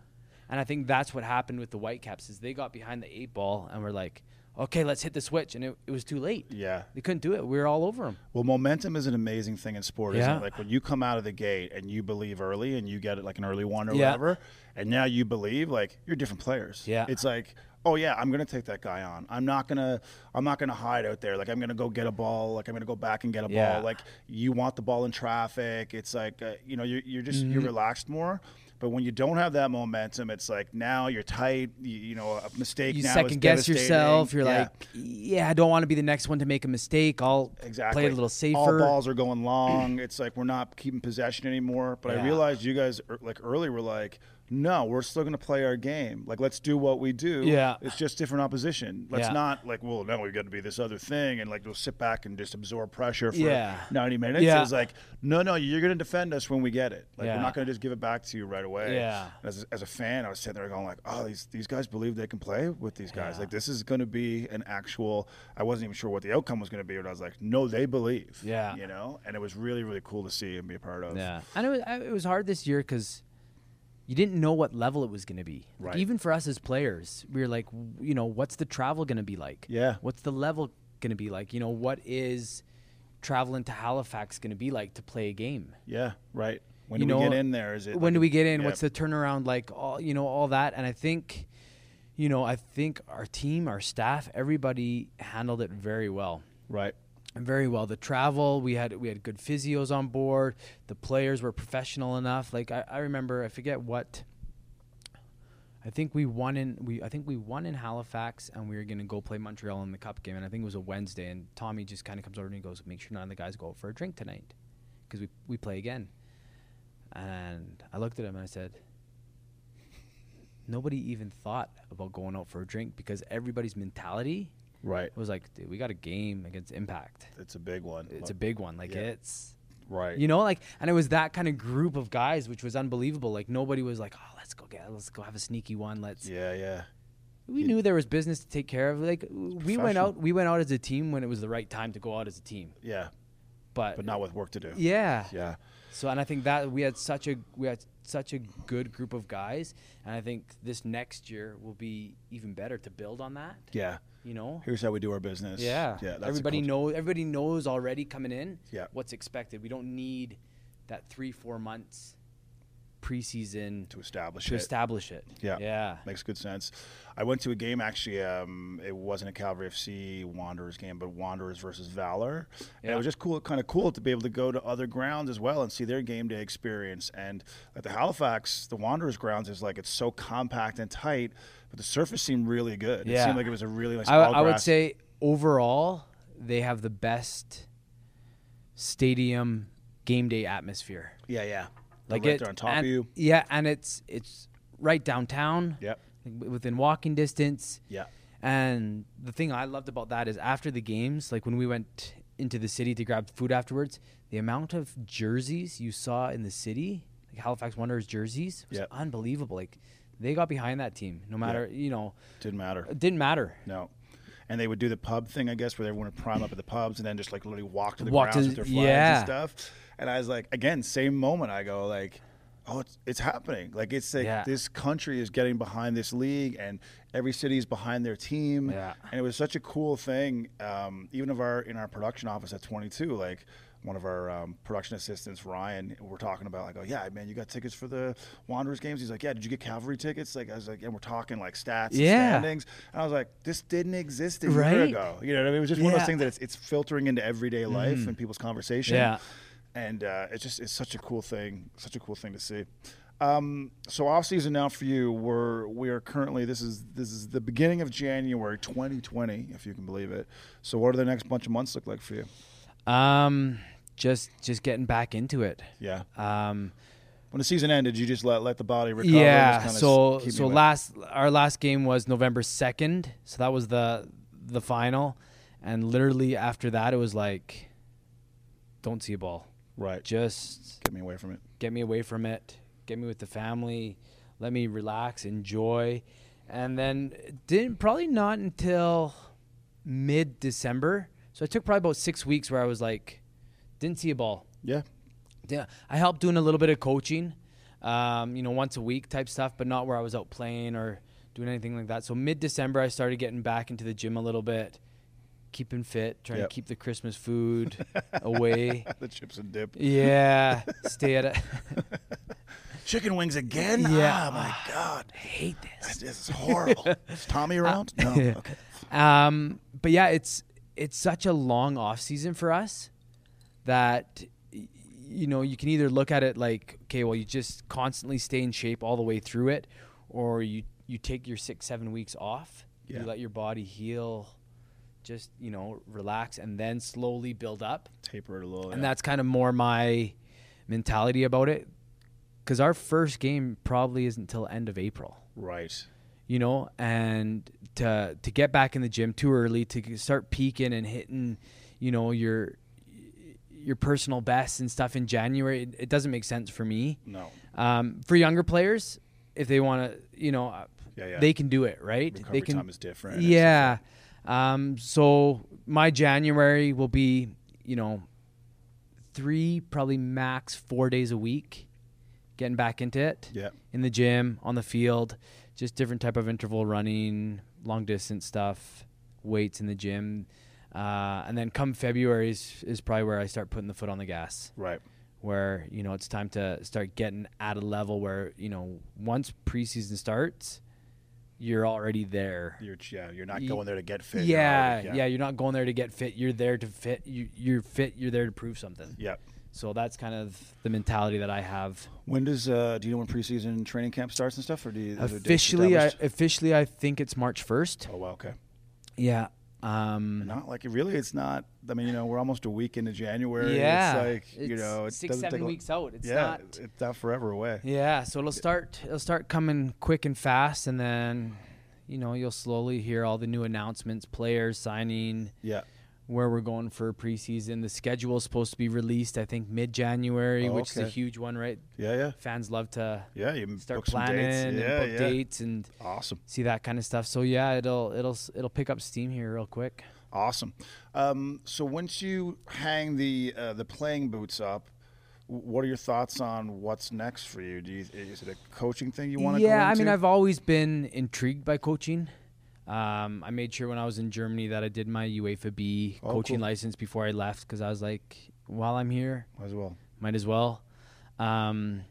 Speaker 2: And I think that's what happened with the Whitecaps is they got behind the eight ball and were like, okay, let's hit the switch, and it, it was too late.
Speaker 1: Yeah.
Speaker 2: They couldn't do it. We were all over them.
Speaker 1: Well, momentum is an amazing thing in sport, isn't
Speaker 2: Yeah.
Speaker 1: it? Like when you come out of the gate and you believe early and you get it like an early one or
Speaker 2: Yeah.
Speaker 1: whatever, and now you believe, like you're different players.
Speaker 2: Yeah.
Speaker 1: It's like oh yeah, I'm gonna take that guy on. I'm not gonna I'm not gonna hide out there. Like I'm gonna go get a ball. Like I'm gonna go back and get a
Speaker 2: Yeah.
Speaker 1: ball. Like you want the ball in traffic. It's like uh, you know you're you're just
Speaker 2: Mm-hmm.
Speaker 1: you're relaxed more. But when you don't have that momentum, it's like now you're tight. You, you know a mistake
Speaker 2: You
Speaker 1: now is
Speaker 2: second guess yourself. You're
Speaker 1: devastating. Yeah.
Speaker 2: like, yeah, I don't want to be the next one to make a mistake. I'll
Speaker 1: Exactly.
Speaker 2: play it a little safer.
Speaker 1: All balls are going long. [clears throat] it's like we're not keeping possession anymore. But I
Speaker 2: Yeah.
Speaker 1: realized you guys er- like early were like, no, we're still going to play our game. Like let's do what we do.
Speaker 2: Yeah.
Speaker 1: It's just different opposition. Let's
Speaker 2: Yeah.
Speaker 1: not like, well, no, we've got to be this other thing, and like we'll sit back and just absorb pressure for
Speaker 2: Yeah.
Speaker 1: ninety minutes.
Speaker 2: Yeah.
Speaker 1: It's like, no, no, you're going to defend us when we get it. Like
Speaker 2: Yeah.
Speaker 1: we're not going to just give it back to you right away.
Speaker 2: Yeah.
Speaker 1: As, as a fan, I was sitting there going like, oh, these these guys believe they can play with these guys.
Speaker 2: Yeah.
Speaker 1: Like this is going to be an actual. I wasn't even sure what the outcome was going to be, but I was like, no, they believe.
Speaker 2: Yeah.
Speaker 1: You know, and it was really really cool to see and be a part of.
Speaker 2: Yeah, and it was, I- it was hard this year because you didn't know what level it was going to be. Like,
Speaker 1: Right.
Speaker 2: Even for us as players, we were like, w- you know, what's the travel going to be like?
Speaker 1: Yeah.
Speaker 2: What's the level going to be like? You know, what is traveling to Halifax going to be like to play a game?
Speaker 1: Yeah. Right. When
Speaker 2: You
Speaker 1: do we
Speaker 2: know,
Speaker 1: get in there? Is it like
Speaker 2: when do
Speaker 1: a-
Speaker 2: we get in?
Speaker 1: yeah.
Speaker 2: What's the turnaround like? All you know, all that, and I think, you know, I think our team, our staff, everybody handled it very well.
Speaker 1: right?
Speaker 2: very well. The travel we had we had good physios on board. The players were professional enough. Like I, I remember, I forget what. I think we won in we I think we won in Halifax and we were gonna go play Montreal in the cup game and I think it was a Wednesday and Tommy just kind of comes over and he goes make sure none of the guys go out for a drink tonight because we we play again and I looked at him and I said nobody even thought about going out for a drink because everybody's mentality
Speaker 1: Right.
Speaker 2: was like dude we got a game against Impact
Speaker 1: It's a big one.
Speaker 2: it's a big one. Like
Speaker 1: Yeah.
Speaker 2: it's
Speaker 1: right.
Speaker 2: you know like and it was that kind of group of guys which was unbelievable. Like nobody was like, oh, let's go get, let's go have a sneaky one. Let's.
Speaker 1: yeah. Yeah.
Speaker 2: We
Speaker 1: Yeah.
Speaker 2: knew there was business to take care of. Like we went
Speaker 1: Professional.
Speaker 2: out, we went out as a team when it was the right time to go out as a team.
Speaker 1: Yeah.
Speaker 2: But,
Speaker 1: But not with work to do.
Speaker 2: yeah.
Speaker 1: Yeah.
Speaker 2: So and I think that we had such a we had such a good group of guys, and I think this next year will be even better to build on that.
Speaker 1: Yeah.
Speaker 2: You know.
Speaker 1: Here's how we do our business.
Speaker 2: Yeah.
Speaker 1: Yeah. that's a
Speaker 2: everybody
Speaker 1: culture.
Speaker 2: knows. Everybody knows already coming in.
Speaker 1: Yeah.
Speaker 2: What's expected. We don't need that three four months preseason
Speaker 1: to establish
Speaker 2: to
Speaker 1: it.
Speaker 2: establish it.
Speaker 1: Yeah.
Speaker 2: Yeah.
Speaker 1: Makes good sense. I went to a game actually. Um, it wasn't a Calgary FC Wanderers game, but Wanderers versus Valor, and it
Speaker 2: Yeah.
Speaker 1: was just cool, kind of cool to be able to go to other grounds as well and see their game day experience. And at the Halifax, the Wanderers grounds is like it's so compact and tight, but the surface seemed really good. It
Speaker 2: Yeah.
Speaker 1: seemed like it was a really nice.
Speaker 2: I, I would
Speaker 1: all-grass-
Speaker 2: say overall they have the best stadium game day atmosphere.
Speaker 1: yeah, yeah,
Speaker 2: Like
Speaker 1: right
Speaker 2: it,
Speaker 1: there on top
Speaker 2: and-
Speaker 1: of you.
Speaker 2: Yeah, and it's it's right downtown.
Speaker 1: Yep.
Speaker 2: like, w- within walking distance.
Speaker 1: Yeah,
Speaker 2: And the thing I loved about that is after the games, like when we went into the city to grab food afterwards, the amount of jerseys you saw in the city, like Halifax Wanderers jerseys, was
Speaker 1: Yeah.
Speaker 2: unbelievable. Like they got behind that team, no matter you know,
Speaker 1: didn't matter.
Speaker 2: it didn't matter.
Speaker 1: No. And they would do the pub thing, I guess, where everyone would prime up at the pubs and then just like literally walk to the
Speaker 2: Walk to
Speaker 1: grounds
Speaker 2: the-
Speaker 1: with their flags
Speaker 2: yeah.
Speaker 1: and stuff. And I was like, again, same moment. I go like, oh, it's, it's happening. Like it's like
Speaker 2: Yeah.
Speaker 1: this country is getting behind this league, and every city is behind their team.
Speaker 2: Yeah.
Speaker 1: And it was such a cool thing. Um, even of our in our production office at 22, like one of our um, production assistants, Ryan, we're talking about like, oh yeah, man, you got tickets for the Wanderers games. He's like, yeah, did you get Cavalry tickets? Like I was like, and we're talking like stats, and
Speaker 2: Yeah.
Speaker 1: standings, and I was like, this didn't exist a year
Speaker 2: Right?
Speaker 1: ago. You know, what I mean? it was just one of those
Speaker 2: Yeah. Mm.
Speaker 1: things that it's it's filtering into everyday life and people's conversation.
Speaker 2: Yeah.
Speaker 1: And uh, it's just it's such a cool thing, such a cool thing to see. Um, so off season now for you, we're we are currently this is this is the beginning of January 2020, if you can believe it. So what do the next bunch of months look like for you?
Speaker 2: Um, just just getting back into it.
Speaker 1: Yeah.
Speaker 2: Um,
Speaker 1: When the season ended, you just let let the body recover. and just
Speaker 2: yeah.
Speaker 1: kinda
Speaker 2: So
Speaker 1: keep
Speaker 2: so
Speaker 1: you-
Speaker 2: last our last game was November second, so that was the the final, and literally after that it was like, don't see a ball.
Speaker 1: right.
Speaker 2: Just
Speaker 1: Get me away from it.
Speaker 2: get me away from it get me with the family let me relax enjoy and then it didn't probably not until mid december so i took probably about six weeks where i was like didn't see a ball
Speaker 1: Yeah. [laughs]
Speaker 2: yeah, I helped doing a little bit of coaching, um, you know, once a week type stuff, but not where I was out playing or doing anything like that. So mid December, I started getting back into the gym a little bit, keeping fit, trying
Speaker 1: Yep.
Speaker 2: to keep the Christmas food away.
Speaker 1: the chips and dip.
Speaker 2: Yeah, stay at a
Speaker 1: Chicken wings again?
Speaker 2: Yeah.
Speaker 1: Ah, my God.
Speaker 2: I hate this.
Speaker 1: This is
Speaker 2: [laughs]
Speaker 1: horrible. is
Speaker 2: Uh,
Speaker 1: Tommy around? No. Okay.
Speaker 2: Um, but yeah, it's it's such a long off season for us that y- you know you can either look at it like okay, well you just constantly stay in shape all the way through it, or you you take your six seven weeks off,
Speaker 1: Yeah.
Speaker 2: you let your body heal, just you know relax and then slowly build up,
Speaker 1: Taper it a little.
Speaker 2: and
Speaker 1: yeah.
Speaker 2: that's kind of more my mentality about it. Because our first game probably isn't until end of April
Speaker 1: right.
Speaker 2: you know, and to to get back in the gym too early to g- start peaking and hitting, you know, your your personal best and stuff in January, it, it doesn't make sense for me.
Speaker 1: No.
Speaker 2: Um, for younger players, if they want to, you know, uh,
Speaker 1: Yeah, yeah.
Speaker 2: they can do it, right?
Speaker 1: Recovery
Speaker 2: they can.
Speaker 1: time is different. It's
Speaker 2: yeah. Um, so my January will be, you know, three probably max four days a week, getting back into it
Speaker 1: Yeah.
Speaker 2: in the gym, on the field, just different type of interval running, long distance stuff, weights in the gym, uh, and then come February is, is probably where I start putting the foot on the gas,
Speaker 1: Right.
Speaker 2: where you know it's time to start getting at a level where you know once preseason starts, you're already there.
Speaker 1: You're yeah. You're not
Speaker 2: Ye-
Speaker 1: going there to get fit. You're
Speaker 2: yeah,
Speaker 1: already-
Speaker 2: yeah, You're not going there to get fit. You're there to fit. You, you're fit. You're there to prove something.
Speaker 1: Yeah.
Speaker 2: So that's kind of the mentality that I have.
Speaker 1: When does uh, do you know when preseason training camp starts and stuff, or do you is there dates
Speaker 2: Officially, I,
Speaker 1: established?
Speaker 2: officially, I think it's March first.
Speaker 1: oh wow, okay.
Speaker 2: Yeah. Um,
Speaker 1: Not like really, it's not. I mean, you know, we're almost a week into January.
Speaker 2: yeah.
Speaker 1: It's like you know, it
Speaker 2: six
Speaker 1: doesn't
Speaker 2: seven
Speaker 1: take a-
Speaker 2: weeks out. It's
Speaker 1: yeah,
Speaker 2: not.
Speaker 1: it's not forever away.
Speaker 2: Yeah. So it'll start. It'll start coming quick and fast, and then, you know, you'll slowly hear all the new announcements, players signing,
Speaker 1: Yeah.
Speaker 2: where we're going for preseason. The schedule is supposed to be released, I think, mid January,
Speaker 1: Oh,
Speaker 2: which is a
Speaker 1: okay.
Speaker 2: huge one, right?
Speaker 1: Yeah. Yeah.
Speaker 2: Fans love to
Speaker 1: Yeah. You
Speaker 2: start
Speaker 1: book some
Speaker 2: planning and
Speaker 1: dates. Yeah.
Speaker 2: book
Speaker 1: yeah.
Speaker 2: dates and
Speaker 1: Awesome.
Speaker 2: see that kind of stuff. So yeah, it'll it'll s- it'll pick up steam here real quick.
Speaker 1: Awesome. Um, so once you hang the uh, the playing boots up, w- what are your thoughts on what's next for you? Do you is it a coaching thing you want to?
Speaker 2: yeah
Speaker 1: go
Speaker 2: i mean
Speaker 1: into?
Speaker 2: i've always been intrigued by coaching um, i made sure when i was in germany that i did my uefa b
Speaker 1: Oh,
Speaker 2: coaching
Speaker 1: cool.
Speaker 2: license before i left because i was like while i'm here
Speaker 1: as well.
Speaker 2: might as well um,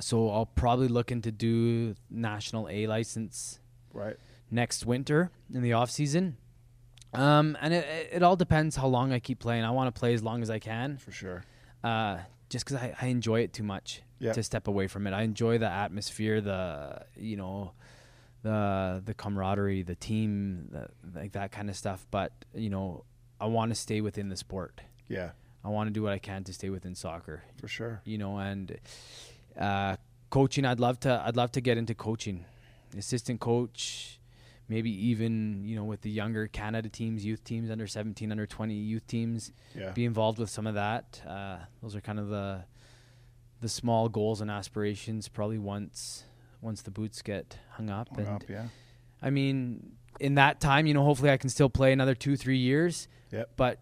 Speaker 2: so i'll probably look into do national a license
Speaker 1: Right.
Speaker 2: next winter in the off season um, and it, it all depends how long i keep playing i want to play as long as i can
Speaker 1: For sure.
Speaker 2: uh, just because I, I enjoy it too much
Speaker 1: Yeah.
Speaker 2: to step away from it. I enjoy the atmosphere, the you know, the the camaraderie, the team, the, like that kind of stuff. But you know, I want to stay within the sport.
Speaker 1: Yeah.
Speaker 2: I want to do what I can to stay within soccer.
Speaker 1: For sure.
Speaker 2: You know, and uh, coaching. I'd love to. I'd love to get into coaching, assistant coach. Maybe even you know with the younger Canada teams, youth teams, under seventeen, under twenty youth teams
Speaker 1: Yeah.
Speaker 2: be involved with some of that. Uh, those are kind of the the small goals and aspirations. Probably once once the boots get hung up,
Speaker 1: Hung
Speaker 2: and
Speaker 1: up, yeah.
Speaker 2: I mean, in that time, you know, hopefully I can still play another two three years.
Speaker 1: Yep.
Speaker 2: But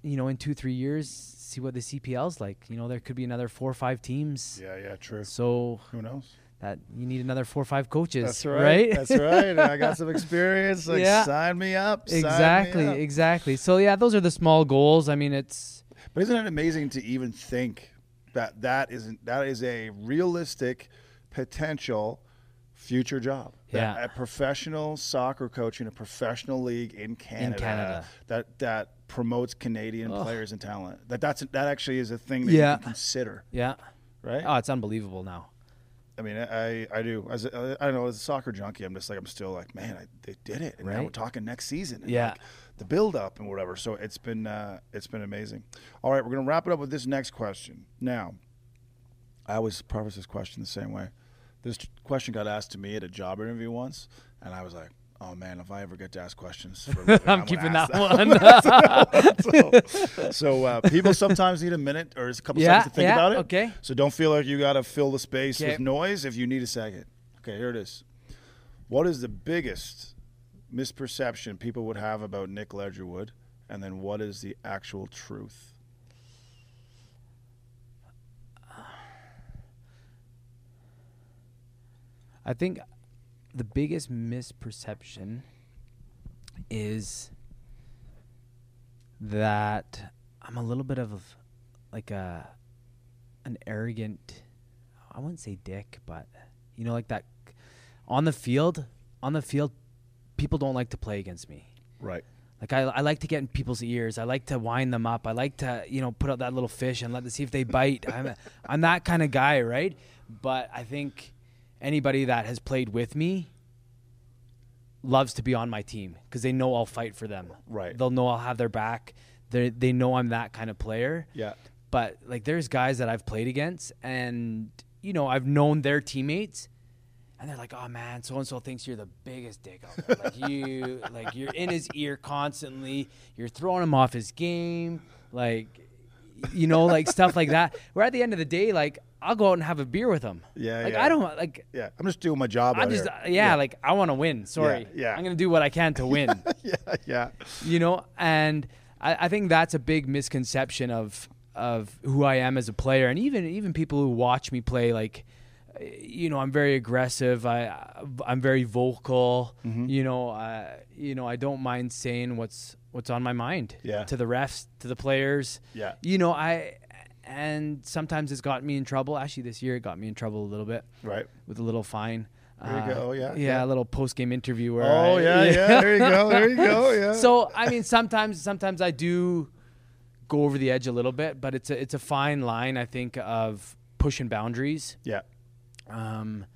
Speaker 2: you know, in two three years, see what the CPL's like. You know, there could be another four or five teams.
Speaker 1: Yeah. Yeah. True.
Speaker 2: So
Speaker 1: Who knows?
Speaker 2: that you need another four or five coaches,
Speaker 1: That's right.
Speaker 2: right?
Speaker 1: That's
Speaker 2: [laughs]
Speaker 1: right. I got some experience. Like,
Speaker 2: Yeah.
Speaker 1: sign me up. sign me
Speaker 2: exactly,
Speaker 1: up.
Speaker 2: exactly. So yeah, those are the small goals. I mean, it's
Speaker 1: But isn't it amazing to even think that that isn't that is a realistic potential future job? That
Speaker 2: Yeah.
Speaker 1: a professional soccer coach in a professional league in Canada,
Speaker 2: Canada.
Speaker 1: that that promotes Canadian
Speaker 2: Ugh.
Speaker 1: players and talent. That that's that actually is a thing that
Speaker 2: Yeah.
Speaker 1: you can consider,
Speaker 2: yeah.
Speaker 1: right?
Speaker 2: Oh, it's unbelievable now.
Speaker 1: I mean, I I do as a, I don't know as a soccer junkie, I'm just like I'm still like man, I, they did it, and now
Speaker 2: Right.
Speaker 1: we're talking next season. and,
Speaker 2: Yeah.
Speaker 1: like, the build up and whatever. So it's been uh, it's been amazing. All right, we're gonna wrap it up with this next question. Now, I always preface this question the same way. This question got asked to me at a job interview once, and I was like, oh man, if I ever get to ask questions, for a living,
Speaker 2: [laughs] I'm
Speaker 1: gonna
Speaker 2: keeping
Speaker 1: ask
Speaker 2: that [laughs] one.
Speaker 1: so so, uh, people sometimes need a minute or a couple
Speaker 2: Yeah,
Speaker 1: seconds to think
Speaker 2: yeah,
Speaker 1: about it.
Speaker 2: okay.
Speaker 1: So don't feel like you got to fill the space with
Speaker 2: Okay.
Speaker 1: noise if you need a second. Okay, here it is. What is the biggest misperception people would have about Nick Ledgerwood, and then what is the actual truth?
Speaker 2: I think the biggest misperception is that I'm a little bit of like a an arrogant I wouldn't say dick, but you know, like that on the field, on the field, people don't like to play against me.
Speaker 1: Right.
Speaker 2: Like I, I like to get in people's ears. I like to wind them up. I like to, you know, put out that little fish and let them see if they bite. [laughs] I'm, I'm that kind of guy, right? But I think anybody that has played with me loves to be on my team because they know I'll fight for them.
Speaker 1: Right.
Speaker 2: They'll know I'll have their back. They they know I'm that kind of player.
Speaker 1: Yeah.
Speaker 2: But like, there's guys that I've played against, and you know, I've known their teammates, and they're like, "Oh man, so and so thinks you're the biggest dick out there. Like you, [laughs] like you're in his ear constantly. You're throwing him off his game. Like, you know, like stuff
Speaker 1: [laughs]
Speaker 2: like that. Where at the end of the day, like I'll go out and have a beer with him.
Speaker 1: Yeah,
Speaker 2: Like
Speaker 1: yeah.
Speaker 2: I don't like.
Speaker 1: Yeah. I'm just doing my job.
Speaker 2: I'm
Speaker 1: out
Speaker 2: just
Speaker 1: here.
Speaker 2: yeah, Like I want to win. Sorry.
Speaker 1: yeah.
Speaker 2: I'm gonna do what I can to win.
Speaker 1: [laughs]
Speaker 2: uh,
Speaker 1: yeah. Yeah.
Speaker 2: you know, and I, I think that's a big misconception of of who I am as a player, and even even people who watch me play. Like, uh, you know, I'm very aggressive. I I'm very vocal.
Speaker 1: Mm-hmm.
Speaker 2: You know, uh, you know, I don't mind saying what's what's on my mind.
Speaker 1: Yeah.
Speaker 2: To the refs, to the players.
Speaker 1: Yeah.
Speaker 2: You know, I and sometimes it's got me in trouble. Actually, this year it got me in trouble a little bit
Speaker 1: Right.
Speaker 2: with a little fine. Uh,
Speaker 1: There you go. Yeah,
Speaker 2: yeah,
Speaker 1: yeah.
Speaker 2: a little post game interview where.
Speaker 1: Oh
Speaker 2: I- [laughs]
Speaker 1: yeah, yeah. There you go. There you go. Yeah.
Speaker 2: So I mean, sometimes sometimes I do go over the edge a little bit, but it's a it's a fine line I think of pushing boundaries.
Speaker 1: yeah.
Speaker 2: Um,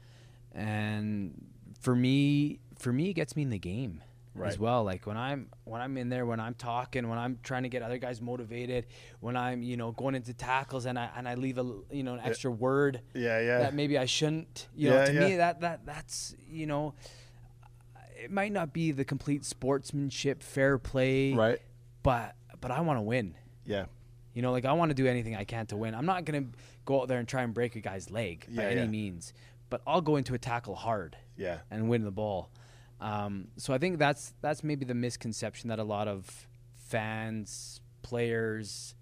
Speaker 2: and for me, for me, it gets me in the game
Speaker 1: Right.
Speaker 2: as well. Like when I'm when I'm in there, when I'm talking, when I'm trying to get other guys motivated, when I'm you know going into tackles and I and I leave a l- you know an extra word
Speaker 1: Yeah. Yeah.
Speaker 2: that maybe I shouldn't. You
Speaker 1: Yeah,
Speaker 2: know, to
Speaker 1: yeah.
Speaker 2: me that that that's you know, it might not be the complete sportsmanship, fair play,
Speaker 1: Right.
Speaker 2: But but I want to win.
Speaker 1: yeah.
Speaker 2: You know, like I want to do anything I can to win. I'm not gonna go out there and try and break a guy's leg by
Speaker 1: Yeah,
Speaker 2: any
Speaker 1: yeah.
Speaker 2: means, but I'll go into a tackle hard
Speaker 1: Yeah.
Speaker 2: and win the ball. Um, so I think that's that's maybe the misconception that a lot of fans, players,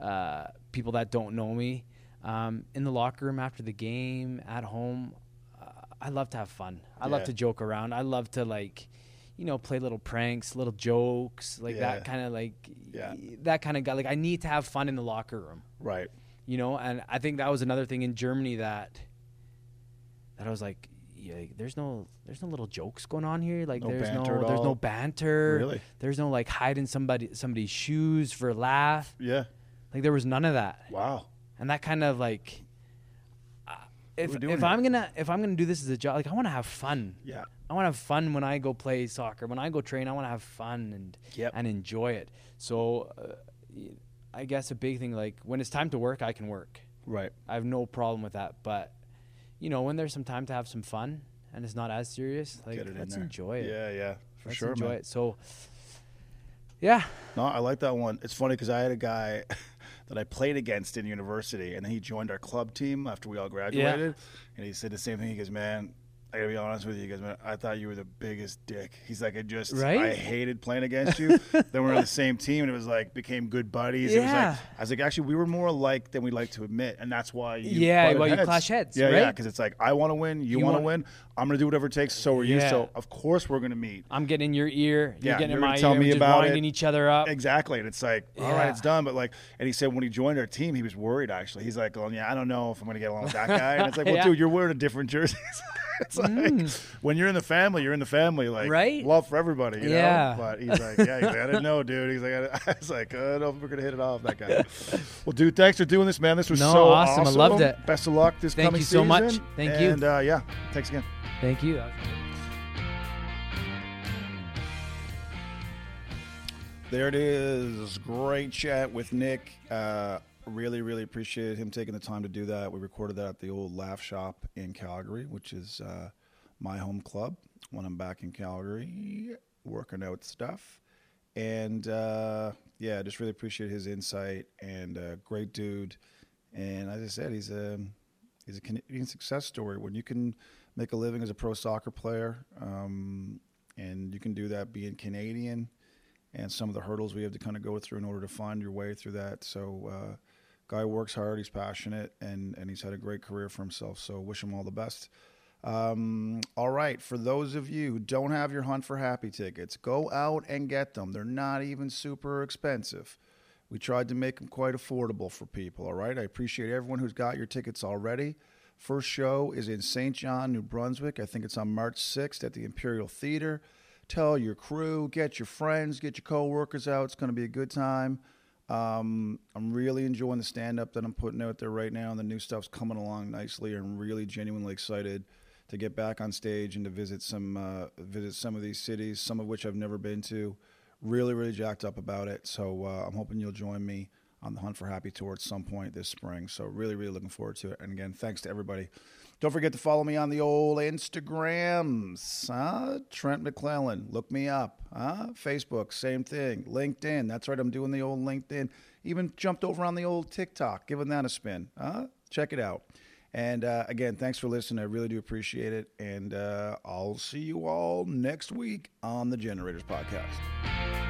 Speaker 2: uh, people that don't know me um, in the locker room after the game, at home. Uh, I love to have fun. I love
Speaker 1: Yeah.
Speaker 2: to joke around. I love to like, you know, play little pranks, little jokes, like
Speaker 1: Yeah.
Speaker 2: that kind of like
Speaker 1: Yeah.
Speaker 2: that kind of guy. Like I need to have fun in the locker room
Speaker 1: Right.
Speaker 2: you know and i think that was another thing in germany that that i was like yeah, there's no there's no little jokes going on here like
Speaker 1: No
Speaker 2: there's no
Speaker 1: banter at
Speaker 2: there's
Speaker 1: all.
Speaker 2: no banter
Speaker 1: Really?
Speaker 2: there's no like hiding somebody somebody's shoes for a laugh
Speaker 1: Yeah.
Speaker 2: like there was none of that
Speaker 1: Wow.
Speaker 2: and that kind of like uh, if,
Speaker 1: We're
Speaker 2: if
Speaker 1: doing it.
Speaker 2: i'm gonna if i'm gonna do this as a job like i want to have fun
Speaker 1: Yeah.
Speaker 2: i want to have fun when i go play soccer when i go train i want to have fun and
Speaker 1: Yep.
Speaker 2: and enjoy it so uh, y- i guess a big thing like when it's time to work i can work
Speaker 1: Right.
Speaker 2: I have no problem with that. But you know, when there's some time to have some fun and it's not as serious, like
Speaker 1: Get it in
Speaker 2: let's
Speaker 1: there.
Speaker 2: enjoy it.
Speaker 1: Yeah. Yeah. For
Speaker 2: let's
Speaker 1: sure,
Speaker 2: enjoy
Speaker 1: man.
Speaker 2: it. So yeah,
Speaker 1: No, I like that one. It's funny because I had a guy [laughs] that I played against in university, and then he joined our club team after we all graduated, and he said the same thing. He goes, "Man, I gotta be honest with you, he goes, man, I thought you were the biggest dick." He's like, "I just, I
Speaker 2: Right?
Speaker 1: hated playing against
Speaker 2: [laughs]
Speaker 1: you." then we were on the same team, and it was like became good buddies. It was
Speaker 2: Yeah.
Speaker 1: like, I was like, actually, we were more alike than we like to admit, and that's why you
Speaker 2: Yeah,
Speaker 1: butted
Speaker 2: why you
Speaker 1: heads.
Speaker 2: clash heads,
Speaker 1: Yeah, yeah,
Speaker 2: right?
Speaker 1: because it's like I want to win, you, want to
Speaker 2: wanna-
Speaker 1: win. I'm gonna do whatever it takes. So are you.
Speaker 2: Yeah.
Speaker 1: So of course we're gonna meet.
Speaker 2: I'm getting in your ear. You're
Speaker 1: Yeah,
Speaker 2: getting
Speaker 1: you're
Speaker 2: in
Speaker 1: gonna
Speaker 2: my
Speaker 1: tell
Speaker 2: ear.
Speaker 1: me
Speaker 2: we're just
Speaker 1: about it.
Speaker 2: winding each other up.
Speaker 1: Exactly. And it's like, all right,
Speaker 2: Yeah.
Speaker 1: it's done. But like, and he said when he joined our team, he was worried actually. He's like, well, yeah, I don't know if I'm going to get along with
Speaker 2: [laughs]
Speaker 1: that guy. And it's like, well,
Speaker 2: Yeah. Mm.
Speaker 1: dude, you're wearing a different jersey. [laughs] it's like, when you're in the family, you're in the family. Like,
Speaker 2: Right?
Speaker 1: love for everybody, you
Speaker 2: Yeah.
Speaker 1: know? But he's like, yeah, he's like, I didn't know, dude. He's like, I, I was like, I don't know if we're going to hit it off, that
Speaker 2: [laughs]
Speaker 1: guy. well, dude, thanks for doing this, man. This was
Speaker 2: No,
Speaker 1: so awesome.
Speaker 2: awesome. I loved it.
Speaker 1: Best of luck this
Speaker 2: Thank
Speaker 1: coming
Speaker 2: you so much.
Speaker 1: season.
Speaker 2: Thank you.
Speaker 1: And uh, yeah, thanks again.
Speaker 2: Thank you.
Speaker 1: There it is. Great chat with Nick. Uh, really, really appreciated him taking the time to do that. We recorded that at the old Laugh Shop in Calgary, which is uh, my home club when I'm back in Calgary working out stuff. And uh, yeah, just really appreciate his insight and uh, great dude. And as I said, he's a is a Canadian success story when you can make a living as a pro soccer player, um, and you can do that being Canadian, and some of the hurdles we have to kind of go through in order to find your way through that. So, uh, guy works hard, he's passionate, and and he's had a great career for himself. So, wish him all the best. Um, all right, for those of you who don't have your Hunt for Happy tickets, go out and get them. They're not even super expensive. We tried to make them quite affordable for people, all right? I appreciate everyone who's got your tickets already. First show is in St. John, New Brunswick. I think it's on March 6th at the Imperial Theater. Tell your crew, get your friends, get your coworkers out. It's going to be a good time. Um, I'm really enjoying the stand up that I'm putting out there right now, and the new stuff's coming along nicely. I'm really genuinely excited to get back on stage and to visit some uh, visit some of these cities, some of which I've never been to. Really, really jacked up about it. So uh, I'm hoping you'll join me on the Hunt for Happy tour at some point this spring. So really, really looking forward to it. And again, thanks to everybody. Don't forget to follow me on the old Instagrams, huh? Trent McClellan. Look me up, huh? Facebook, same thing. LinkedIn. That's right. I'm doing the old LinkedIn. Even jumped over on the old TikTok, giving that a spin, huh? Check it out. And uh, again, thanks for listening. I really do appreciate it. And uh, I'll see you all next week on the Generators Podcast.